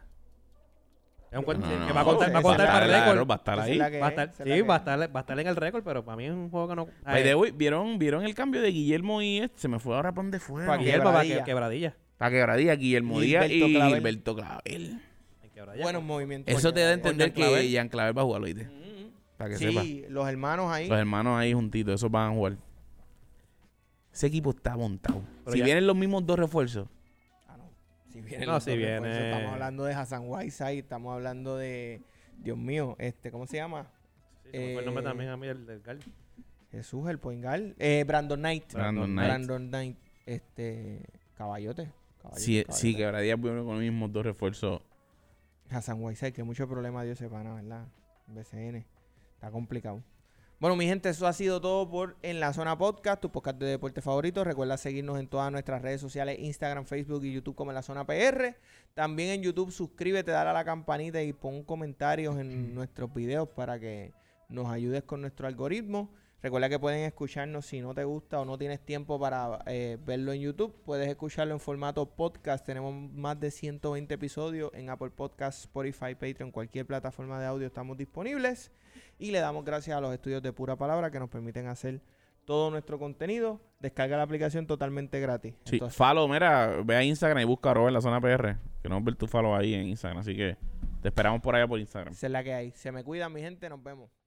Speaker 3: Es un
Speaker 2: No,
Speaker 3: cuento
Speaker 2: no,
Speaker 3: Pues, que va a contar,
Speaker 1: no,
Speaker 3: va a contar
Speaker 1: esa
Speaker 3: para
Speaker 1: es
Speaker 3: el
Speaker 1: la
Speaker 3: récord.
Speaker 2: Va a estar
Speaker 1: Esa es
Speaker 2: ahí.
Speaker 1: la que
Speaker 3: Va a
Speaker 1: es,
Speaker 3: estar,
Speaker 1: esa es la
Speaker 3: sí,
Speaker 1: que
Speaker 3: va a
Speaker 1: es.
Speaker 3: estar, va a estar en el récord, pero para mí es un juego que no. eh,
Speaker 2: By the way, ¿vieron, ¿vieron el cambio de Guillermo y este? Se me fue ahora para donde fue.
Speaker 1: Pa'
Speaker 3: Guillermo va a
Speaker 1: Quebradilla.
Speaker 3: que- quebradilla.
Speaker 2: Para quebradilla, Guillermo Díaz
Speaker 1: Gilberto
Speaker 2: y
Speaker 1: Clavel.
Speaker 2: Gilberto Clavel.
Speaker 3: En quebradilla.
Speaker 1: Buenos movimientos.
Speaker 2: Eso te da a entender
Speaker 3: Jean Clavel.
Speaker 2: que Jean Clavel va a jugar, ¿oíste?
Speaker 1: Mm.
Speaker 2: Para que sepa.
Speaker 1: Sí, los hermanos ahí.
Speaker 2: Los hermanos ahí juntitos, esos van a jugar. Ese equipo está montado.
Speaker 3: Pero
Speaker 2: si
Speaker 3: ya-
Speaker 2: vienen los mismos dos refuerzos,
Speaker 1: Ah, no. Si viene
Speaker 3: No,
Speaker 1: los
Speaker 3: si
Speaker 1: dos
Speaker 3: viene.
Speaker 1: refuerzos, Estamos hablando de Hassan Whiteside, estamos hablando de. Dios mío, este, ¿cómo se llama?
Speaker 3: Sí, se me fue el nombre
Speaker 1: eh,
Speaker 3: también a mí del, del Gal.
Speaker 1: Jesús, el point guard. Eh, Brandon Knight.
Speaker 2: Brandon Knight.
Speaker 1: Brandon Knight. Este. Caballote. caballote,
Speaker 2: si, si
Speaker 1: caballote.
Speaker 2: quebradilla viene con los mismos dos refuerzos,
Speaker 1: Hassan Whiteside, que mucho problema dio semana, ¿verdad? BCN. Está complicado. Bueno, mi gente, eso ha sido todo por En la Zona Podcast, tu podcast de deporte favorito. Recuerda seguirnos en todas nuestras redes sociales, Instagram, Facebook y YouTube como En la Zona PR. También en YouTube, suscríbete, dale a la campanita y pon comentarios en nuestros videos para que nos ayudes con nuestro algoritmo. Recuerda que pueden escucharnos si no te gusta o no tienes tiempo para eh, verlo en YouTube. Puedes escucharlo en formato podcast. Tenemos más de 120 episodios en Apple Podcasts, Spotify, Patreon, cualquier plataforma de audio estamos disponibles. Y le damos gracias a los estudios de Pura Palabra que nos permiten hacer todo nuestro contenido. Descarga la aplicación totalmente gratis.
Speaker 2: Sí,
Speaker 1: Entonces,
Speaker 2: follow, mira, ve a Instagram y busca a Robert la zona PR. Queremos ver tu follow ahí en Instagram, así que te esperamos por allá por Instagram.
Speaker 1: esa es la que hay. Se me cuidan, mi gente. Nos vemos.